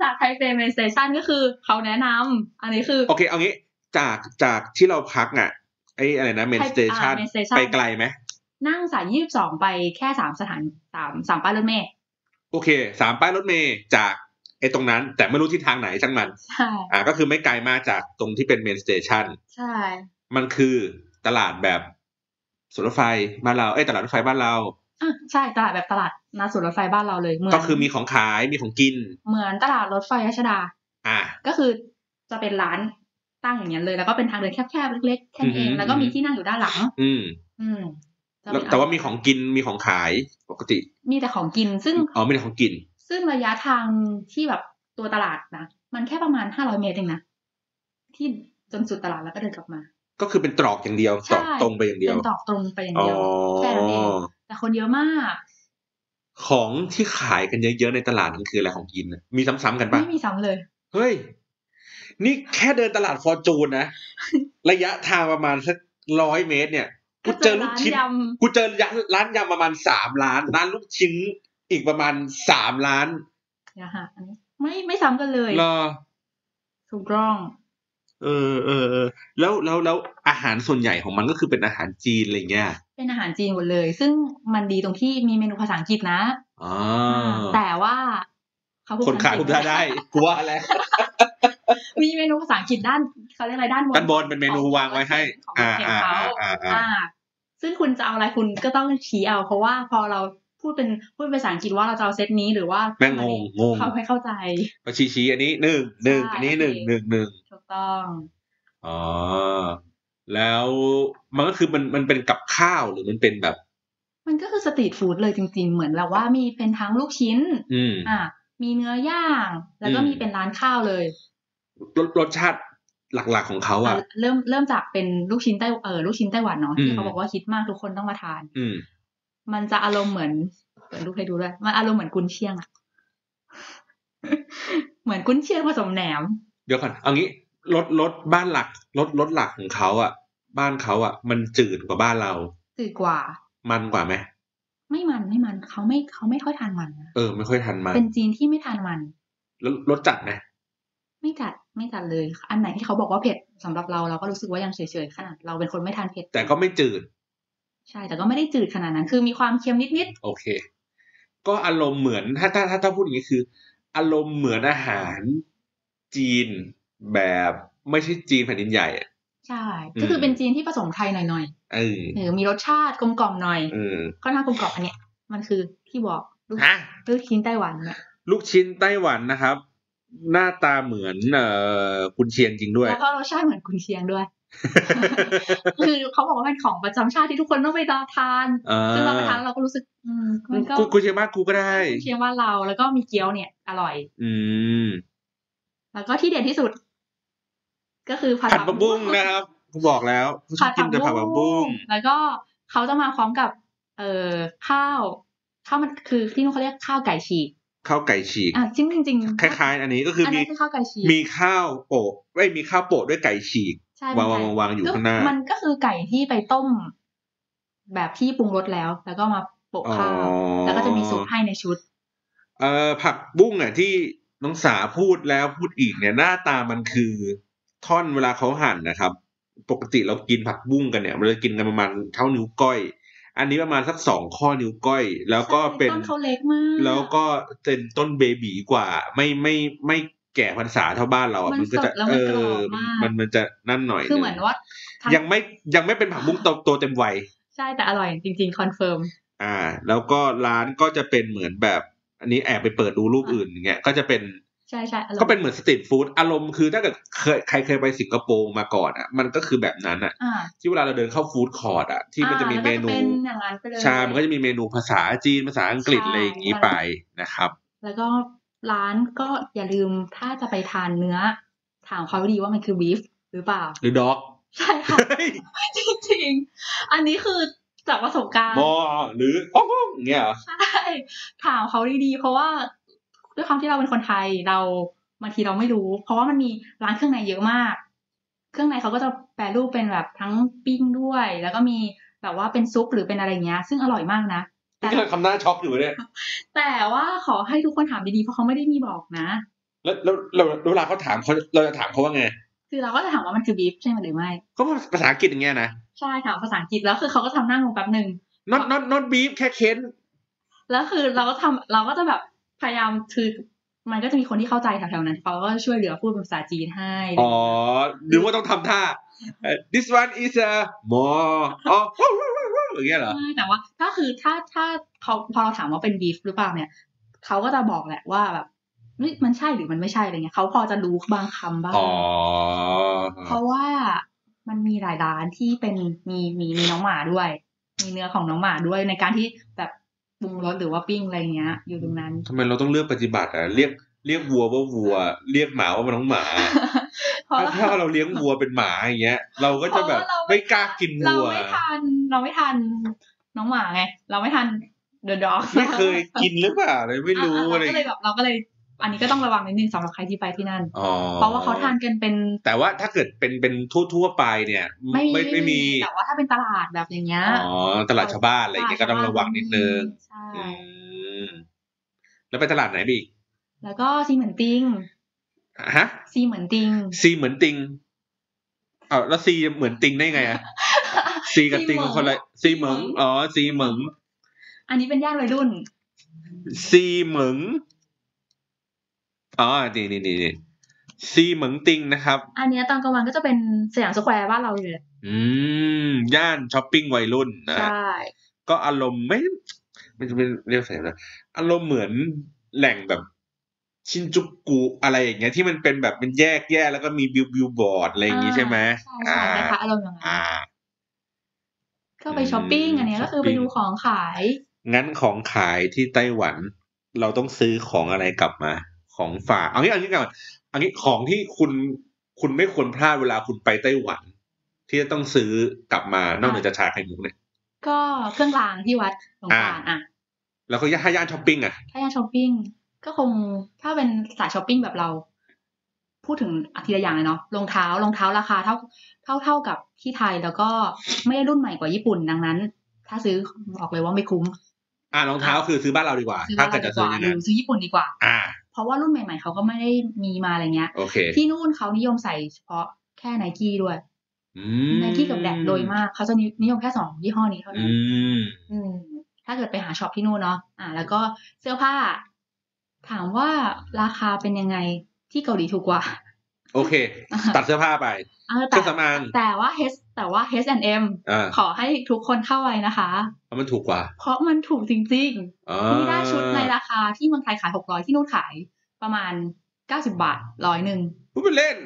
[SPEAKER 2] จากไทเปเมนสเตชันก็คือเขาแนะนำอันนี้คือ
[SPEAKER 1] โอเค เอางี้ จากจากที่เราพักอ่ะไอ้อะไรนะเมน
[SPEAKER 2] ใช่
[SPEAKER 1] สเตชัน
[SPEAKER 2] อ่า main station
[SPEAKER 1] ไปไกลไหม
[SPEAKER 2] นั่งสายยี่สิบสองไปแค่สามสถานสามสามป้ายรถเมล์
[SPEAKER 1] โอเค สามป้ายรถเมย์จากไอ้ตรงนั้น แต่ไม่รู้ทิศทางไหนช่างมัน
[SPEAKER 2] ใช่
[SPEAKER 1] อ่าก็คือไม่ไกลมากจากตรงที่เป็นเมนสเตชัน
[SPEAKER 2] ใช่
[SPEAKER 1] มันคือตลาดแบบสวนรถไฟบ้านเรา เอ้ยตลาดรถไฟบ้านเรา
[SPEAKER 2] อ่ะใช่ตลาดแบบตลาดนาสวนรถไฟบ้านเราเลยเหมือน
[SPEAKER 1] ก็คือมีของขายมีของกิน
[SPEAKER 2] เหมือนตลาดรถไฟรัชดา
[SPEAKER 1] อ่า
[SPEAKER 2] ก็คือจะเป็นร้านตั้งอย่างเงี้ยเลย แล้วก็เป็นทางเดินแคบๆเล็กๆแค่นั้นเอ
[SPEAKER 1] อือ
[SPEAKER 2] ง
[SPEAKER 1] หือ
[SPEAKER 2] แล้วก็มีที่นั่งอยู่ด้านหลัง
[SPEAKER 1] อืม
[SPEAKER 2] อืมจะ
[SPEAKER 1] แล้ว
[SPEAKER 2] เป็น
[SPEAKER 1] แต่ว่ามีของกินมีของขายปกติ
[SPEAKER 2] มีแต่ของกินซึ่ง
[SPEAKER 1] อ๋อไม่ได้ของกิน
[SPEAKER 2] ซึ่งระยะทางที่แบบตัวตลาดนะ มันแค่ประมาณห้าร้อยเมตรเองนะ ที่จนสุดตลาดแล้วก็เดินกลับมา
[SPEAKER 1] ก็คือเป็นตรอกอย่างเดียว
[SPEAKER 2] ใช่
[SPEAKER 1] ตรอกตรงไปอย่างเดียว
[SPEAKER 2] เป็
[SPEAKER 1] น
[SPEAKER 2] ตอกตรงไปอย่าง
[SPEAKER 1] อ๋อ
[SPEAKER 2] เดียว แค่นั้นเอง แต่คนเยอะมาก
[SPEAKER 1] ของที่ขายกันเยอะๆในตลาดนั่นคืออะไรของกินน่ะมีซ้ำๆกันปะ
[SPEAKER 2] ไม่มีซ้ำเลย
[SPEAKER 1] เฮ้ย นี่แค่เดินตลาดฟอร์จูนนะ ระยะทางประมาณสักร้อยเมตร เนี่ยกู
[SPEAKER 2] ก็
[SPEAKER 1] เจ
[SPEAKER 2] เจ
[SPEAKER 1] อ
[SPEAKER 2] อ
[SPEAKER 1] ลู
[SPEAKER 2] ร้าก น
[SPEAKER 1] ชิ้น
[SPEAKER 2] ย
[SPEAKER 1] กูเจอร้านยำประมาณสามร้านร้านลูกชิ้นอีกประมาณสามร้าน
[SPEAKER 2] ำนะฮะอันนี้ไม่ไม่ซ้ำกันเลย
[SPEAKER 1] รอ
[SPEAKER 2] ถูกต้อง
[SPEAKER 1] เออเออเออแล้วแล้วแล้วอาหารส่วนใหญ่ของมันก็คือเป็นอาหารจีนอะไรเงี้ย
[SPEAKER 2] เป็นอาหารจีนหมดเลย ซึ่งมันดีตรงที่มีเมนูภาษาอังกฤษนะ
[SPEAKER 1] อ๋อ
[SPEAKER 2] แต่ว่าเขาพูด
[SPEAKER 1] คนขายคุ
[SPEAKER 2] ภา
[SPEAKER 1] ณ
[SPEAKER 2] ษา
[SPEAKER 1] ได้
[SPEAKER 2] อังกฤษ
[SPEAKER 1] ได้กลัวอะไร
[SPEAKER 2] มีเมนูภาษาอังกฤษด้านเขาเรียกอะไรด้านบน
[SPEAKER 1] ด้านบนเป็นเมนูวางไว้ให้
[SPEAKER 2] ของ
[SPEAKER 1] อ่า
[SPEAKER 2] เขียน
[SPEAKER 1] อ่า
[SPEAKER 2] เขา
[SPEAKER 1] อ่าอ่า
[SPEAKER 2] อ่าซึ่งคุณจะเอาอะไรคุณก็ต้องชี้เอา เพราะว่าพอเราพูดเป็นพูดเป็นภาษาอังกฤษว่าเราจะเอาเซตนี้หรือว่า
[SPEAKER 1] แม่งงงงง
[SPEAKER 2] เขาให้เข้าใจ
[SPEAKER 1] มาชี้ชี้อันนี้หนึ่งหนึ่ง
[SPEAKER 2] ใช่
[SPEAKER 1] อันนี้
[SPEAKER 2] โอเค
[SPEAKER 1] หนึ่งหนึ่งหนึ่ง
[SPEAKER 2] ถูกต้อง
[SPEAKER 1] อ๋อแล้วมันก็คือมันมันเป็นกับข้าวหรือมันเป็นแบบ
[SPEAKER 2] มันก็คือสตรีทฟู้ดเลยจริง ๆ เหมือนแบบว่ามีเป็นทั้งลูกชิ้น
[SPEAKER 1] อืม
[SPEAKER 2] อ่า มีเนื้อย่าง แล้วก็
[SPEAKER 1] อืม
[SPEAKER 2] มีเป็นร้านข้าวเลย
[SPEAKER 1] รสรสชาติหลักๆของเขาอ่ะ
[SPEAKER 2] อ่ะเริ่มเริ่มจากเป็นลูกชิ้นไต้เออลูกชิ้นไต้หวันเนาะ
[SPEAKER 1] อื
[SPEAKER 2] ที่
[SPEAKER 1] ม
[SPEAKER 2] เขาบอกว่าฮิตมากทุกคนต้องมาทาน
[SPEAKER 1] อืม
[SPEAKER 2] มันจะอารมณ์เหมือนเปิดรูปให้ดูด้วยมันอารมณ์เหมือนกุนเชียงอะ เหมือนกุนเชียงผสมแหนม
[SPEAKER 1] เดี๋ยวก่อนเอางี้รสรสบ้านหลักรสรสหลักของเขาอ่ะ บ้านเขาอ่ะ มันจืดกว่าบ้านเรา
[SPEAKER 2] ตื่กว่า
[SPEAKER 1] มันกว่าไหม
[SPEAKER 2] ไม่มันไม่มันเขาไม่เขาไม่ค่อยทานมันนะ
[SPEAKER 1] เออไม่ค่อยทันมัน
[SPEAKER 2] เป็นจีนที่ไม่ทานมัน
[SPEAKER 1] แล้วรสจัดไหม
[SPEAKER 2] ไม่จัดไม่จัดเลย อันไหนที่เขาบอกว่าเผ็ดสำหรับเราเราก็รู้สึกว่ายังเฉยๆขนาดเราเป็นคนไม่ทานเผ็ด
[SPEAKER 1] แต่ก็ไม่จืด
[SPEAKER 2] ใช่ แต่ก็ไม่ได้จืดขนาดนั้น คือมีความเค็มนิด
[SPEAKER 1] โอเค ก็อารมณ์เหมือนถ้าถ้าถ้าถ้าพูดอย่างนี้คือ อารมณ์เหมือนอาหารจีนแบบไม่ใช่จีนแผ่นดินใหญ่อะ
[SPEAKER 2] ใช่
[SPEAKER 1] อืม
[SPEAKER 2] ก็คือเป็นจีนที่ผสมไทยหน่อย
[SPEAKER 1] เออ
[SPEAKER 2] ๆหรือมีรสชาติกลมกล่อมหน่อย
[SPEAKER 1] เออ
[SPEAKER 2] ก็น่ากลมกล่อมอันเนี้ยมันคือที่บอกลูก
[SPEAKER 1] ฮะ
[SPEAKER 2] ลูกชิ้นไต้หวันเนี่ย
[SPEAKER 1] ลูกชิ้นไต้หวันนะครับ หน้าตาเหมือนเอ่อกุนเชียงจริงด้วย
[SPEAKER 2] แล้วก็รสชาติเหมือนกุนเชียงด้วย คือเขาบอกว่าเป็นของประจำชาติที่ทุกคนต้องไปรอทาน
[SPEAKER 1] เออ
[SPEAKER 2] ซึ่งเราไปทานเราก็รู้สึก อืมมันก็
[SPEAKER 1] กูกูเชียงบ้านกูก็ได้
[SPEAKER 2] กุนเชียงว่านเราแล้วก็มีเกี๊ยวเนี่ย อร่อย
[SPEAKER 1] อืม
[SPEAKER 2] แล้วก็ที่เด็ดที่สุด ก็คือผัด
[SPEAKER 1] ผัดผักบุ้งนะครับกูบอกแล้วกูช
[SPEAKER 2] ผั
[SPEAKER 1] อบ
[SPEAKER 2] ด
[SPEAKER 1] กินแต่ผัดผั
[SPEAKER 2] ผั
[SPEAKER 1] ก
[SPEAKER 2] ก
[SPEAKER 1] บุ้
[SPEAKER 2] บุ้
[SPEAKER 1] ง
[SPEAKER 2] งแล้วก็เขาจะมาพร้อมกับ เอ่อข้าวข้าวมันคือที่นู้นเขาเรียกข้าวไก่ฉีก
[SPEAKER 1] ข้าวไก่ฉีก
[SPEAKER 2] อ่ะจริงจริงๆ
[SPEAKER 1] คล้ายๆ อันนี้ก็คืออนมี
[SPEAKER 2] นั้นคือข้าวไก่ฉีก
[SPEAKER 1] มีข้าวโปะไม่มีข้าวโปะด้วยไก่ฉีก
[SPEAKER 2] ใช่
[SPEAKER 1] วาง
[SPEAKER 2] มันไก่
[SPEAKER 1] วางวางอยู่
[SPEAKER 2] ก็
[SPEAKER 1] ข้างหน้ามั
[SPEAKER 2] นก็คือไก่ที่ไปต้ม แบบที่ปรุงรสแล้ว แล้วก็มาโปะ
[SPEAKER 1] อ๋อ
[SPEAKER 2] ข้าวแล้วก็จะมีซุปให้ในชุด
[SPEAKER 1] เอ่อผักบุ้งอ่ะที่น้องสาพูดแล้วพูดอีกเนี่ยหน้าตามันคือท่อนเวลาเขาหั่นนะครับ ปกติเรากินผักบุ้งกันเนี่ยเราจะกินกันประมาณเท่านิ้วก้อย อันนี้ประมาณสักสองข้อนิ้วก้อย แล้วก็เป็น
[SPEAKER 2] ใช่ต้นเขาเล็กมาก
[SPEAKER 1] แล้วก็เป็นต้นเบบีกว่า ไม่ไม่ไม่แก่พรรษาเท่าบ้านเราอ่ะ
[SPEAKER 2] มัน
[SPEAKER 1] ก็จะ
[SPEAKER 2] สดแล้ว
[SPEAKER 1] เอ
[SPEAKER 2] มันกรอ
[SPEAKER 1] อบ
[SPEAKER 2] มาก
[SPEAKER 1] มันมันจะนั่นหน่อย
[SPEAKER 2] คือเหมือนว่าทั้
[SPEAKER 1] ยังไม่ยังไม่เป็นผักบุ้งโตโตเต็มวัย
[SPEAKER 2] ใช่แต่อร่อยจริง ๆ คอนเฟิร์ม
[SPEAKER 1] อ่า แล้วก็ร้านก็จะเป็นเหมือนแบบ อันนี้แอบไปเปิดดูรูปอื่นอย่างเงี้ยก็จะเป็น
[SPEAKER 2] ใช่ใช่อร่อย
[SPEAKER 1] ก็เป็นเหมือนสตรีทฟู้ดอารมณ์คือถ้าเกิดเคยใครเคยไปสิงคโปร์มาก่อนอ่ะ มันก็คือแบบนั้นอ่ะ
[SPEAKER 2] อ่า
[SPEAKER 1] ที่เวลาเราเดินเข้าฟู้ดคอร์ทอ่ะที่มันจะมีเมนู
[SPEAKER 2] อ่าแล้วก็จะเป็นอย่างนั้นไปเลย
[SPEAKER 1] ใช่มันก็จะมีเมนูภาษาจีนภาษาอังกฤษ
[SPEAKER 2] ใช่
[SPEAKER 1] อะไรอย่างนี้ไปนะครับ
[SPEAKER 2] แล้วก็ร้านก็อย่าลืมถ้าจะไปทานเนื้อ ถามเขาดีว่ามันคือบีฟหรือเปล่า
[SPEAKER 1] หรือด็อก
[SPEAKER 2] ใช่ค่ะ จริงๆ อันนี้คือจากประสบการณ์
[SPEAKER 1] มอ หรือโอ้โหอย่างเงี้ยเหรอ
[SPEAKER 2] ใช่ถามเขาดีๆ เพราะว่าด้วยความที่เราเป็นคนไทยเราบางทีเราไม่รู้ เพราะว่ามันมีร้านเครื่องในเยอะมาก เครื่องในเขาก็จะแปรรูปเป็นแบบทั้งปิ้งด้วย แล้วก็มีแบบว่าเป็นซุปหรือเป็นอะไรเงี้ย ซึ่งอร่อยมากนะ
[SPEAKER 1] นี่กำลังทำหน้าช็อกอยู่เนี่ย
[SPEAKER 2] แต่ว่าขอให้ทุกคนถามดีๆ เพราะเขาไม่ได้มีบอกนะ
[SPEAKER 1] แล้วแล้วแล้วแล้วเวลาเขาถามเขาเราจะถามเขาว่าไง
[SPEAKER 2] คือเราก็จะถามว่ามันคือบีฟใช่ไหมหรือไม่
[SPEAKER 1] ก็ภาษาอังกฤษอย่างเงี้ยนะ
[SPEAKER 2] ใช่ถามภาษาอังกฤษแล้วคือเขาก็ทำหน้างงแป๊บหนึ่ง
[SPEAKER 1] not not not beef แค่เค้น
[SPEAKER 2] แล้วคือเราก็ทำเราก็จะแบบพยายามคือมันก็จะมีคนที่เข้าใจแถวๆนั้นเขาก็ช่วยเหลือพูดเป็นภาษาจีนให้
[SPEAKER 1] อ๋อนึกว่าต้องทำท่าเอ่อ this one is a more อ๋อ อย่างเงี้ยเหรอ
[SPEAKER 2] ใช่แต่ว่าถ้าคือถ้าถ้าพอพอเราถามว่าเป็นบีฟหรือเปล่าเนี่ยเขาก็จะบอกแหละว่าแบบนี่มันใช่หรือมันไม่ใช่อะไรเงี้ยเขาพอจะรู้บางคำบ้าง
[SPEAKER 1] อ๋อ
[SPEAKER 2] เพราะว่ามันมีหลายร้านที่เป็นมีมีมีน้องหมาด้วย มีเนื้อของน้องหมาด้วยในการที่แบบปรุงรสหรือว่าปิ้งอะไรเงี้ย อยู่ตรงนั้น
[SPEAKER 1] ทำไมเราต้องเลือกปฏิบัติอ่ะ เรียกเรียกวัวว่าวัว เรียกหมาว่ามันน้องหมา
[SPEAKER 2] เพราะ
[SPEAKER 1] ถ้าเราเลี้ยงวัวเป็นหมาอย่างเงี้ย เราก็จะแบบ
[SPEAKER 2] เพราะว่าเราไม่
[SPEAKER 1] ไม่กล้ากิน
[SPEAKER 2] เรา
[SPEAKER 1] วัว
[SPEAKER 2] ไม่ทันเราไม่ทันน้องหมาไง เราไม่ทันเดอะดอก
[SPEAKER 1] ไม่เคยกินหรือเปล่าเลยไม่รู้อะไร
[SPEAKER 2] ก็เลยแบบเราก็เลย อันนี้ก็ต้องระวังนิดนึงสำหรับใครที่ไปที่นั่น
[SPEAKER 1] อ๋อ
[SPEAKER 2] เพราะว่าเขาทานกันเป็น
[SPEAKER 1] แต่ว่าถ้าเกิดเป็นเป็นทั่วๆไปเนี่ย
[SPEAKER 2] ไม่มี
[SPEAKER 1] ไม่ไม่มี
[SPEAKER 2] แต่ว่าถ้าเป็นตลาดแบบอย่างเงี้ย
[SPEAKER 1] อ๋อ ตลาดชาวบ้านอะไรอย่างเงี้ยก็ต้องระวังนิดนึง
[SPEAKER 2] ใช่
[SPEAKER 1] อืม แล้วไปตลาดไหนไปอีก
[SPEAKER 2] แล้วก็ซีเหมือนติง
[SPEAKER 1] ฮะ
[SPEAKER 2] ซีเหมือนติง
[SPEAKER 1] ซีเหมือนติงเอาแล้วซีเหมือนติงได้ไงอะซีกับติงคนละซีเหมิงอ๋อซีเหมิง
[SPEAKER 2] อันนี้เป็นย่านวัยรุ่น
[SPEAKER 1] ซีเหมิงอ๋อนี่นี่นี่นี่ซีเหมิงติงนะครับ
[SPEAKER 2] อันเนี้ยตอนกลางวันก็จะเป็นสยามสแควร์บ้านเราอยู่เลย
[SPEAKER 1] อืม ย่านช้อปปิ้งวัยรุ่นนะ
[SPEAKER 2] ใช่
[SPEAKER 1] ก็อารมณ์ไม่มันจะเป็นเรียกว่าอะไรนะอารมณ์เหมือนแหล่งแบบ ชินจูกุอะไรอย่างเงี้ยที่มันเป็นแบบเป็นแยกแยกแล้วก็มีบิวบิวบอร์ดอะไรอย่างงี้ใช่ไหม
[SPEAKER 2] ใช่ใช่นะคะอารมณ์อย่างนั้น
[SPEAKER 1] อ่า
[SPEAKER 2] ก็ไปช้อปปิ้งอันเนี้ยก็คือไปดูของขาย
[SPEAKER 1] งั้นของขายที่ไต้หวัน เราต้องซื้อของอะไรกลับมา ของฝากเอางี้เอางี้ก่อนเอางี้ของที่คุณคุณไม่ควรพลาดเวลาคุณไปไต้หวัน ที่จะต้องซื้อกลับมานอกเหนือจากชาไข่มุกเนี่ย
[SPEAKER 2] ก็เครื่องรางที่วัดหลวงตาลอ่ะ
[SPEAKER 1] แล้วก็ย่าย่านช้อปปิ้งอ่ะ
[SPEAKER 2] ถ้าย่านช้อปปิ้งก็คงถ้าเป็นสายช้อปปิ้งแบบเรา พูดถึงอาทีละอย่างเลยเนาะรองเท้ารองเท้าราคาเท่าเท่าเท่ากับที่ไทยแล้วก็ไม่ได้รุ่นใหม่กว่าญี่ปุ่นดังนั้น ถ้าซื้อบอกเลยว่าไม่คุ้ม
[SPEAKER 1] อ่ารองเท้าคือซื้อบ้านเราดีกว่า
[SPEAKER 2] ซื้อ
[SPEAKER 1] ถ้า
[SPEAKER 2] บ้าน
[SPEAKER 1] เกิด
[SPEAKER 2] เรา
[SPEAKER 1] จะ
[SPEAKER 2] ดีก
[SPEAKER 1] ซื้อ
[SPEAKER 2] ว่า
[SPEAKER 1] อย่าง
[SPEAKER 2] หรื
[SPEAKER 1] นั้น
[SPEAKER 2] อซื้อญี่ปุ่นดีกว่า
[SPEAKER 1] อ่า
[SPEAKER 2] เพราะว่ารุ่นใหม่ ๆเขาก็ไม่ได้มีมาอะไรเงี้ย
[SPEAKER 1] โอเค
[SPEAKER 2] ที่นู่นเขานิยมใส่เฉพาะแค่ไนกี้ด้วย
[SPEAKER 1] อืม
[SPEAKER 2] ไนกี้กับแดกโดยมากเขาจะนิยมแค่สองยี่ห้อนี้เท่านั้
[SPEAKER 1] อื
[SPEAKER 2] น
[SPEAKER 1] ม
[SPEAKER 2] อืมถ้าเกิดไปหาช็อปที่นู่นเนาะ อ่า แล้วก็เสื้อผ้า ถามว่าราคาเป็นยังไงที่เกาหลีถูกกว่า
[SPEAKER 1] โอเค ตัดเสื้อผ้าไป
[SPEAKER 2] เออ
[SPEAKER 1] เค
[SPEAKER 2] แต่
[SPEAKER 1] รื่องสำอาง
[SPEAKER 2] แต่ว่า H แต่ว่า H&M
[SPEAKER 1] อ่า
[SPEAKER 2] ขอให้ทุกคนเข้าไว้นะคะ
[SPEAKER 1] เพราะมันถูกกว่า
[SPEAKER 2] เพราะมันถูกจริง
[SPEAKER 1] อ่า
[SPEAKER 2] ๆนี่ได้ชุดในราคาที่เมืองไทยขาย 600 ที่นู่นขายประมาณ 90 บาทร้อยหนึ่ง
[SPEAKER 1] พูดเป็นเล่น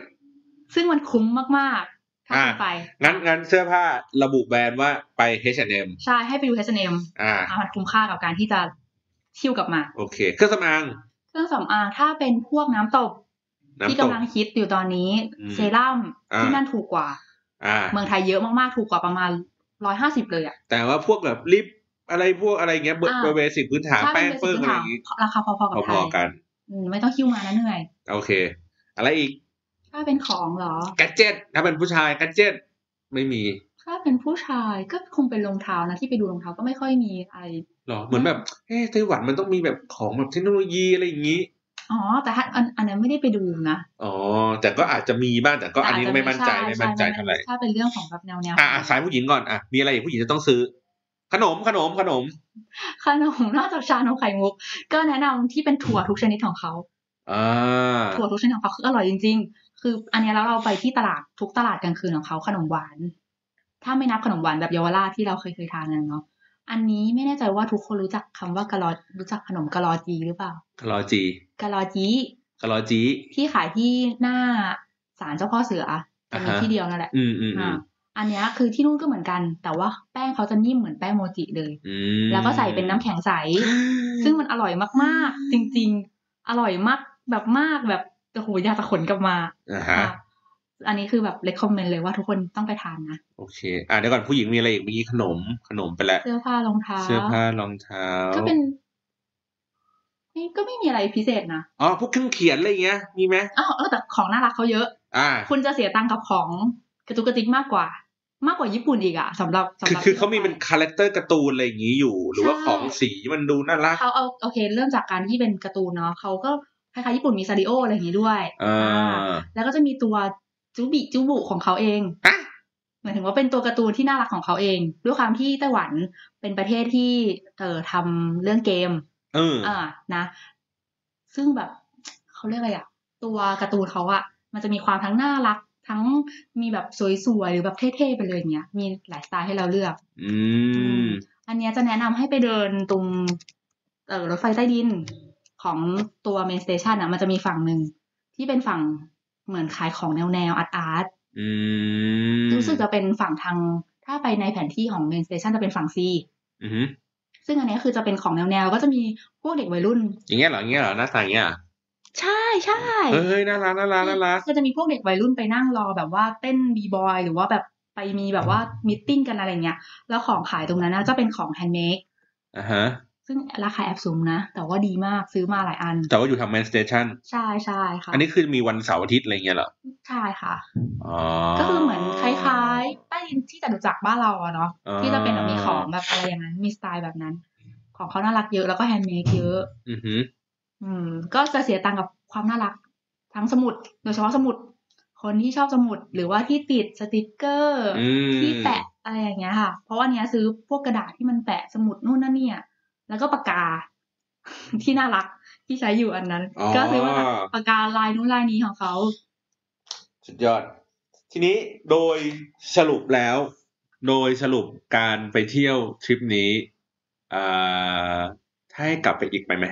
[SPEAKER 2] ซึ่งมันคุ้มมากๆ ถ้า
[SPEAKER 1] อ่า
[SPEAKER 2] คุณไป
[SPEAKER 1] งั้นงั้นเสื้อผ้าระบุแบรนด์ว่าไป H&M
[SPEAKER 2] ใช่ ให้ไปดู H&M
[SPEAKER 1] อ่า
[SPEAKER 2] อ่ะมันคุ้มค่ากับการที่จะทิ่วกลับมา
[SPEAKER 1] โอเคเครื่องสำอาง
[SPEAKER 2] เครื่องสำอางถ้าเป็นพวกน้ำตบ ที่
[SPEAKER 1] น้ำตก
[SPEAKER 2] กำลังฮิตอยู่ตอนนี้
[SPEAKER 1] อืม
[SPEAKER 2] เซรั่ม
[SPEAKER 1] อ่า
[SPEAKER 2] ที่นั่นถูกกว่า
[SPEAKER 1] อ่า
[SPEAKER 2] เมืองไทยเยอะมาก ๆ ถูกกว่าประมาณ 150 เลยอ่ะ
[SPEAKER 1] แต่ว่าพวกแบบลิปอะไรพวกอะไรเงี้ยเบอร์
[SPEAKER 2] า
[SPEAKER 1] เบอร์เบสิกพื้นฐาน
[SPEAKER 2] ถ้า
[SPEAKER 1] แป้
[SPEAKER 2] เป็น
[SPEAKER 1] ง
[SPEAKER 2] เบสิ
[SPEAKER 1] เปิ้
[SPEAKER 2] ก
[SPEAKER 1] งอะ
[SPEAKER 2] พื้น
[SPEAKER 1] ไรอ
[SPEAKER 2] ฐาน
[SPEAKER 1] ย่างงี้
[SPEAKER 2] ราคาพอๆกับไท
[SPEAKER 1] พอย ๆกัน
[SPEAKER 2] อืมไม่ต้องคิ้วมานะเหนื่อย
[SPEAKER 1] โอเค อะไรอีก
[SPEAKER 2] ถ้าเป็นของเหรอ
[SPEAKER 1] แกดเจ็ตถ้าเป็นผู้ชายแกดเจ็ตไม่มี
[SPEAKER 2] ถ้าเป็นผู้ชายก็คงเป็นรองเท้านะที่ไปดูรองเท้าก็ไม่ค่อยมีอะไร
[SPEAKER 1] หรอเหมือนแบบเอ๊ะไต้หวันมันต้องมีแบบของแบบเทคโนโลยีอะไรอย่างงี้
[SPEAKER 2] อ๋อ แต่ถ้าอันอันนั้นไม่ได้ไปดูนะ
[SPEAKER 1] อ๋อ แต่ก็อาจจะมีบ้างแต่ก็อันนี้
[SPEAKER 2] แต่าจจะ
[SPEAKER 1] ไม่มั่นใจไม่มั่นใจเท่าไหร่
[SPEAKER 2] ถ้าเป็นเรื่องของแบบแนวแนว
[SPEAKER 1] อ่ะอ่ะสายผู้หญิงก่อนอ่ะมีอะไรอีกผู้หญิงจะต้องซื้อ ขนมขนมขนม
[SPEAKER 2] ขนมนอกจากชานมไข่มุก ก็แนะนำที่เป็นถั่วทุกชนิดของเขา
[SPEAKER 1] อ่า
[SPEAKER 2] ถั่วทุกชนิดของเขาคืออร่อยจริง ๆ คืออันเนี้ยแล้วเราไปที่ตลาดทุกตลาดกลางคืนของเขาขนมหวาน ถ้าไม่นับขนมหวานแบบเยาวราชที่เราเคยเคยทานกันเนาะ อันนี้ไม่แน่ใจว่าทุกคนรู้จักคำว่ากะลอรู้จักขนมกะลอจีหรือเปล่า
[SPEAKER 1] คลอจี
[SPEAKER 2] กะลอจี
[SPEAKER 1] คลอจี
[SPEAKER 2] ที่ขายที่หน้าศาลเจ้าพ่อเสือจะมี
[SPEAKER 1] อ่าฮะ
[SPEAKER 2] ที่เดียวนั่นแหละ
[SPEAKER 1] อืมอืมอื
[SPEAKER 2] อ่าม อันเนี้ยคือที่นู่นก็เหมือนกัน แต่ว่าแป้งเขาจะนิ่มเหมือนแป้งโมจิเลย
[SPEAKER 1] อืม
[SPEAKER 2] แล้วก็ใส่เป็น น้ำแข็งใส ซึ่งมันอร่อยมากๆ จริงๆ อร่อยมากแบบมากแบบโอ้โหอยากจะขนกลับมา
[SPEAKER 1] อ่าฮะ
[SPEAKER 2] อันนี้คือแบบ recommend เลยว่าทุกคนต้องไปทานนะ
[SPEAKER 1] โอเค อ่ะเดี๋ยวก่อนผู้หญิงมีอะไรอีกเมื่อกี้ขนมขนมไปแล้ว
[SPEAKER 2] เสื้อผ้ารองเท้า
[SPEAKER 1] เสื้อผ้ารองเท้า
[SPEAKER 2] ก็เป็นนี่ก็ไม่มีอะไรพิเศษนะ
[SPEAKER 1] อ๋อพวกเครื่องเขียนอะไรอย่างเงี้ยมีไหม
[SPEAKER 2] อ้าวเออแต่ของน่ารักเขาเยอะ
[SPEAKER 1] อ่า
[SPEAKER 2] คุณจะเสียตังค์กับของกระตุกกระติกมากกว่า มากกว่าญี่ปุ่นอีกอะสำหรับสำ
[SPEAKER 1] คื
[SPEAKER 2] ห
[SPEAKER 1] อ
[SPEAKER 2] รับ
[SPEAKER 1] คือเขามีเป็นคาแรคเตอร์การ์ตูนอะไรอย่างงี้อยู่ หรือว่าของสีมันดูน่ารัก
[SPEAKER 2] เขาเอาโอเค เริ่มจากการที่เป็นการ์ตูนเนาะเขาก็คล้ายๆญี่ปุ่นมีซาริโออะไรอย่างงี้ด้วย
[SPEAKER 1] อ่า
[SPEAKER 2] แล้วก็จะมีตัวจูบิจูบุของเขาเอง
[SPEAKER 1] อ่ะ
[SPEAKER 2] หมายถึงว่าเป็นตัวการ์ตูนที่น่ารักของเขาเอง ด้วยความที่ไต้หวันเป็นประเทศที่เอ่อทำเรื่องเกม
[SPEAKER 1] เออ
[SPEAKER 2] อ่านะ ซึ่งแบบเขาเรียกอะไรอะตัวการ์ตูนเขาอะมันจะมีความทั้งน่ารัก ทั้งมีแบบสวยๆหรือแบบเท่ๆไปเลยอย่างเงี้ย มีหลายสไตล์ให้เราเลือก
[SPEAKER 1] อืม
[SPEAKER 2] อันเนี้ยจะแนะนำให้ไปเดินตรงเอ่อรถไฟใต้ดินของตัวเมนสเตชันอะมันจะมีฝั่งหนึ่งที่เป็นฝั่งเหมือนขายของแนวแนวอาร์ตอาร์ต
[SPEAKER 1] อืม
[SPEAKER 2] รู้สึกจะเป็นฝั่งทางถ้าไปในแผนที่ของเมนสเตชันจะเป็นฝั่งซี
[SPEAKER 1] อือหือ
[SPEAKER 2] ซึ่งอันเนี้ยคือจะเป็นของแนวแนวๆก็จะมีพวกเด็กวัยรุ่น
[SPEAKER 1] อย่างเงี้ยเหรออย่างเงี้ยเหรอหน้าตาอย่างเงี้ยเหรอ
[SPEAKER 2] ใช่ใช่
[SPEAKER 1] เฮ้ยเฮ้ยน่ารักน่ารักน่ารัก
[SPEAKER 2] ก็จะมีพวกเด็กวัยรุ่นไปนั่งรอแบบว่าเต้นบีบอยหรือว่าแบบไปมีแบบว่ามิทติ้งกันอะไรเงี้ยแล้วของขายตรงนั้นนะจะเป็นของแฮนด์เมด
[SPEAKER 1] อ่าฮะ
[SPEAKER 2] ซึ่งราคาแอบสูงนะ แต่ว่าดีมากซื้อมาหลายอัน
[SPEAKER 1] แต่ว่าอยู่ทางแมนสเตชัน
[SPEAKER 2] ใช่ใช่ค่ะ
[SPEAKER 1] อันนี้คือมีวันเสาร์อาทิตย์อะไรอย่างเงี้ยเหรอ
[SPEAKER 2] ใช่ค่ะ
[SPEAKER 1] อ๋อ
[SPEAKER 2] ก็คือเหมือนคล้ายๆใต้ดินที่จตุจักรบ้านเราอะเนาะ
[SPEAKER 1] อ่า
[SPEAKER 2] ที่จะเป็นแบบมีของแบบอะไรอย่างนั้น มีสไตล์แบบนั้น ของเขาน่ารักเยอะแล้วก็แฮนด์เมดเยอะ
[SPEAKER 1] อือหือ
[SPEAKER 2] อืม ก็จะเสียตังค์กับความน่ารัก ทั้งสมุด โดยเฉพาะสมุด คนที่ชอบสมุดหรือว่าที่ติดสติกเกอร์
[SPEAKER 1] อืม
[SPEAKER 2] ที่แปะอะไรอย่างเงี้ยค่ะ เพราะว่าเนี้ยซื้อพวกกระดาษที่มันแปะสมุดนู่นนั่นเนี่ย แล้วก็ปากกา ที่น่ารักที่ใช้อยู่อันนั้น
[SPEAKER 1] อ๋อ
[SPEAKER 2] ก็ซื้อมาจากปากกาลายนู้นลายนี้ของเขา
[SPEAKER 1] สุดยอด ทีนี้โดยสรุปแล้ว โดยสรุปการไปเที่ยวทริปนี้อ่าถ้าให้กลับไปอีกไปไหม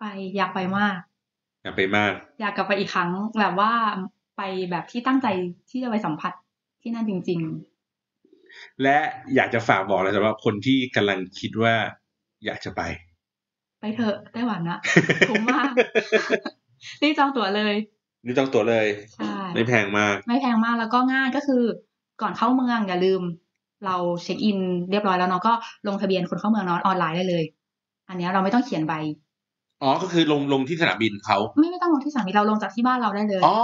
[SPEAKER 2] ไปอยากไปมาก
[SPEAKER 1] อยากไปมาก
[SPEAKER 2] อยากกลับไปอีกครั้งแบบว่าไปแบบที่ตั้งใจที่จะไปสัมผัสที่นั่นจริง
[SPEAKER 1] และอยากจะฝากบอกเลยสำหรับคนที่กำลังคิดว่าอยากจะไป
[SPEAKER 2] ๆ ไปเถอะไต้หวันนะ คุ้มมาก รีบจองตั๋วเลย
[SPEAKER 1] นี่ต้องตัวเลย
[SPEAKER 2] ใช่
[SPEAKER 1] ไม่แพงมาก
[SPEAKER 2] ไม่แพงมากแล้วก็ง่ายก็คือ ก่อนเข้าเมืองอย่าลืม เราเช็คอินเรียบร้อยแล้วเนาะก็ลงทะเบียนคนเข้าเมืองเนอนออนไลน์ได้เลย อันเนี้ยเราไม่ต้องเขียนใบ
[SPEAKER 1] อ๋อ ก็คือลงลงที่สนามบินเขา
[SPEAKER 2] ไม่ไม่ต้องลงที่สนามบินเราลงจากที่บ้านเราได้เลย
[SPEAKER 1] อ๋อ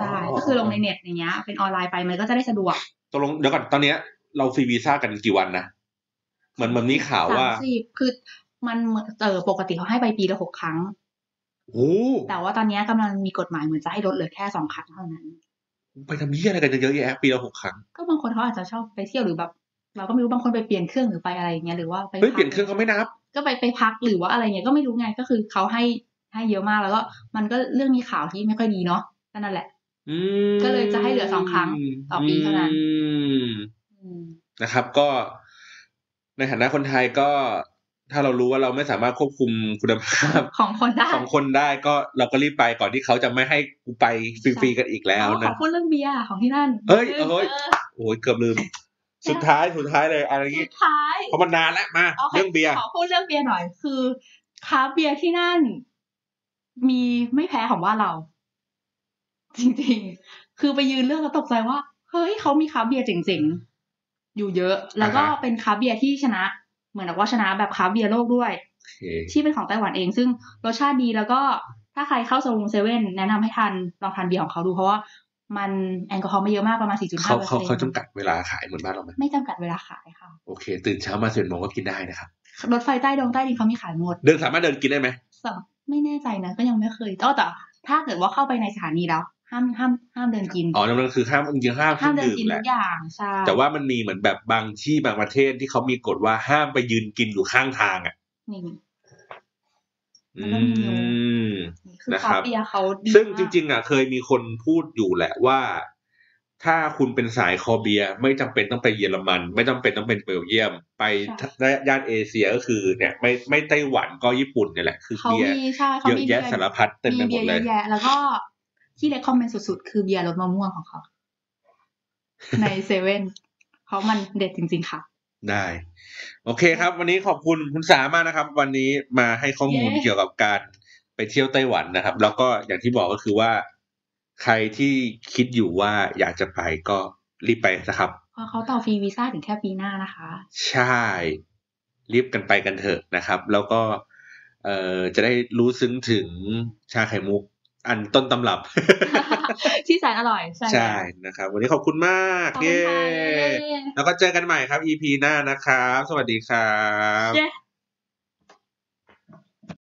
[SPEAKER 2] ใช่ก็คือลงในเน็ตอย่างเงี้ย เป็นออนไลน์ไปมันก็จะได้สะดวก
[SPEAKER 1] ตกลงเดี๋ยวก่อนตอนเนี้ย เราฟรีวีซ่ากันกี่วันนะเหมือนเหมือนมีข่าว
[SPEAKER 2] สาม
[SPEAKER 1] ว่า
[SPEAKER 2] สิบคือมันเหมือนเออปกติเขาให้ไปปีละหกครั้ง
[SPEAKER 1] โอ้โห
[SPEAKER 2] แต่ว่าตอนนี้กำลังมีกฎหมายเหมือนจะให้ลดเหลือแค่สองครั้งเท่านั้น
[SPEAKER 1] ไปทำเยี่ยอะไรกันเยอะแยะปีละหกครั้ง
[SPEAKER 2] ก็บางคนเขาอาจจะชอบไปเที่ยวหรือแบบ เราก็ไม่รู้บางคนไปเปลี่ยนเครื่องหรือไปอะไรอย่างเงี้ยหรือว่าไป
[SPEAKER 1] เฮ้ย
[SPEAKER 2] พัก
[SPEAKER 1] เปลี่ยนเครื่องเขาไม่นับ
[SPEAKER 2] ก็ไปไปพักหรือว่าอะไรเงี้ยก็ไม่รู้ไงก็คือเขาให้ให้เยอะมากแล้วก็มันก็เรื่องมีข่าวที่ไม่ค่อยดีเนาะก็นั่นแหละ
[SPEAKER 1] อืม
[SPEAKER 2] ก็เลยจะให้เหลือสองครั้งต่อปีเท่านั้น
[SPEAKER 1] อืม
[SPEAKER 2] อืม
[SPEAKER 1] นะครับก็ในฐานะคนไทยก็ถ้าเรารู้ว่าเราไม่สามารถควบคุมคุณภาพ
[SPEAKER 2] ของคนได้
[SPEAKER 1] ของคนได้ก็เราก็รีบไปก่อนที่เขาจะไม่ให้กูไปฟรีๆกันอีกแล้ว
[SPEAKER 2] อ๋อขอ
[SPEAKER 1] นะ
[SPEAKER 2] พูดเรื่องเบียร์ของที่นั่น
[SPEAKER 1] เอ้ย
[SPEAKER 2] ลืม
[SPEAKER 1] เอ้ย
[SPEAKER 2] เออ
[SPEAKER 1] โอ้ยเกือบลืม สุดท้ายสุดท้ายเลยอะไรอย่าง
[SPEAKER 2] สุ
[SPEAKER 1] งี้
[SPEAKER 2] ดท้าย
[SPEAKER 1] เพราะมันนานแล้วมา
[SPEAKER 2] โอค
[SPEAKER 1] เรื่องเบียร์
[SPEAKER 2] ขอพูดเรื่องเบียร์หน่อย คือคราฟต์เบียร์ที่นั่น มีไม่แพ้ของบ้านเรา จริงๆ คือไปยืนเลือกแล้วตกใจว่า เฮ้ยเขามีคราฟต์เบียร์เจ๋งๆ อยู่เยอะ แล้วก็เป็นคราฟต์เบียร์ที่ชนะ เหมือนกับว่าชนะแบบคราฟต์เบียร์โลกด้วย
[SPEAKER 1] โอเค
[SPEAKER 2] ที่เป็นของไต้หวันเอง ซึ่งรสชาติดีแล้วก็ถ้าใครเข้าโซลูนเซเว่นแนะนำให้ทานลองทานเบียร์ของเขาดูเพราะว่า มันแอลกอฮอล์ไม่เยอะมากประมาณ 4.5
[SPEAKER 1] เขา
[SPEAKER 2] เปอร์
[SPEAKER 1] เขา
[SPEAKER 2] เซ็นต์
[SPEAKER 1] เขาจำกัดเวลาขายเหมือนบ้านเราไหม
[SPEAKER 2] ไม่จำกัดเวลาขายค่ะ
[SPEAKER 1] โอเค ตื่นเช้ามาสิบโมงก็กินได้นะครับ
[SPEAKER 2] รถไฟใต้ดงใต้ดินเขามีขายหมด
[SPEAKER 1] เดินสามารถเดินกินได้ไหม
[SPEAKER 2] สำไม่แน่ใจนะก็ยังไม่เคยแต่แต่ถ้าเกิดว่าเข้าไปในสถานีแล้ว ห้ามห้ามห้ามเดินกิน
[SPEAKER 1] อ๋อนั่นก็คือห้ามจริงๆห้าม
[SPEAKER 2] ห้ามเดิน
[SPEAKER 1] ดื่ม
[SPEAKER 2] กิน
[SPEAKER 1] แห
[SPEAKER 2] ทุ
[SPEAKER 1] ละ
[SPEAKER 2] กอย่างใช่
[SPEAKER 1] แต่ว่ามันมีเหมือนแบบบางที่บางประเทศที่เขามีกฎว่าห้ามไปยืนกินอยู่ข้างทางอ่ะ
[SPEAKER 2] นี่ มั
[SPEAKER 1] อื
[SPEAKER 2] นก็มีอยู่
[SPEAKER 1] ม
[SPEAKER 2] นี่คือ
[SPEAKER 1] นะค
[SPEAKER 2] คา
[SPEAKER 1] รับ
[SPEAKER 2] เบียร์เขาดี
[SPEAKER 1] ซึ่งจ
[SPEAKER 2] มาก
[SPEAKER 1] ริง ๆ อ่ะ เคยมีคนพูดอยู่แหละว่า ถ้าคุณเป็นสายคอเบียร์ไม่จำเป็นต้องไปเยอรมัน ไม่จำเป็นต้องเป็นเบลเยียม ไปย่านเอเชียก็คือเนี่ยไม่ไม่ไต้หวันก็ญี่ปุ่นเนี่ยแหละคือ
[SPEAKER 2] เขา
[SPEAKER 1] เบียร์
[SPEAKER 2] มีใช่เขา
[SPEAKER 1] เยอะ
[SPEAKER 2] มี
[SPEAKER 1] แยะสารพัดเต็มไปหม
[SPEAKER 2] เบีย
[SPEAKER 1] ด
[SPEAKER 2] ร์
[SPEAKER 1] เลย
[SPEAKER 2] เยอะแยะแล้วก็ที่เลคคอมเมนต์สุดๆ คือเบียร์รสมะม่วงของเขา ในเซเว่นเพราะมันเด็ดจริง ๆ ค่ะ
[SPEAKER 1] ได้ โอเคครับ วันนี้ขอบคุณคุณสามากนะครับ วันนี้มาให้ข้อมูล
[SPEAKER 2] เย้
[SPEAKER 1] เกี่ยวกับการไปเที่ยวไต้หวันนะครับ แล้วก็อย่างที่บอกก็คือว่า ใครที่คิดอยู่ว่าอยากจะไปก็รีบไปนะครับ
[SPEAKER 2] เพราะเขาต่อฟรีวีซ่าถึงแค่ปีหน้านะคะ
[SPEAKER 1] ใช่รีบกันไปกันเถอะนะครับ แล้วก็เอ่อจะได้รู้ซึ้งถึงชาไข่มุก อันต้นตำรับ
[SPEAKER 2] ที่แสนอร่อย ใช่
[SPEAKER 1] ใช่นะครับ วันนี้ขอบคุณมาก
[SPEAKER 2] ขอบคุณ
[SPEAKER 1] เย้
[SPEAKER 2] ค่ะเย้
[SPEAKER 1] แล้วก็เจอกันใหม่ครับ EP หน้านะครับ สวัสดีครับ
[SPEAKER 2] เย้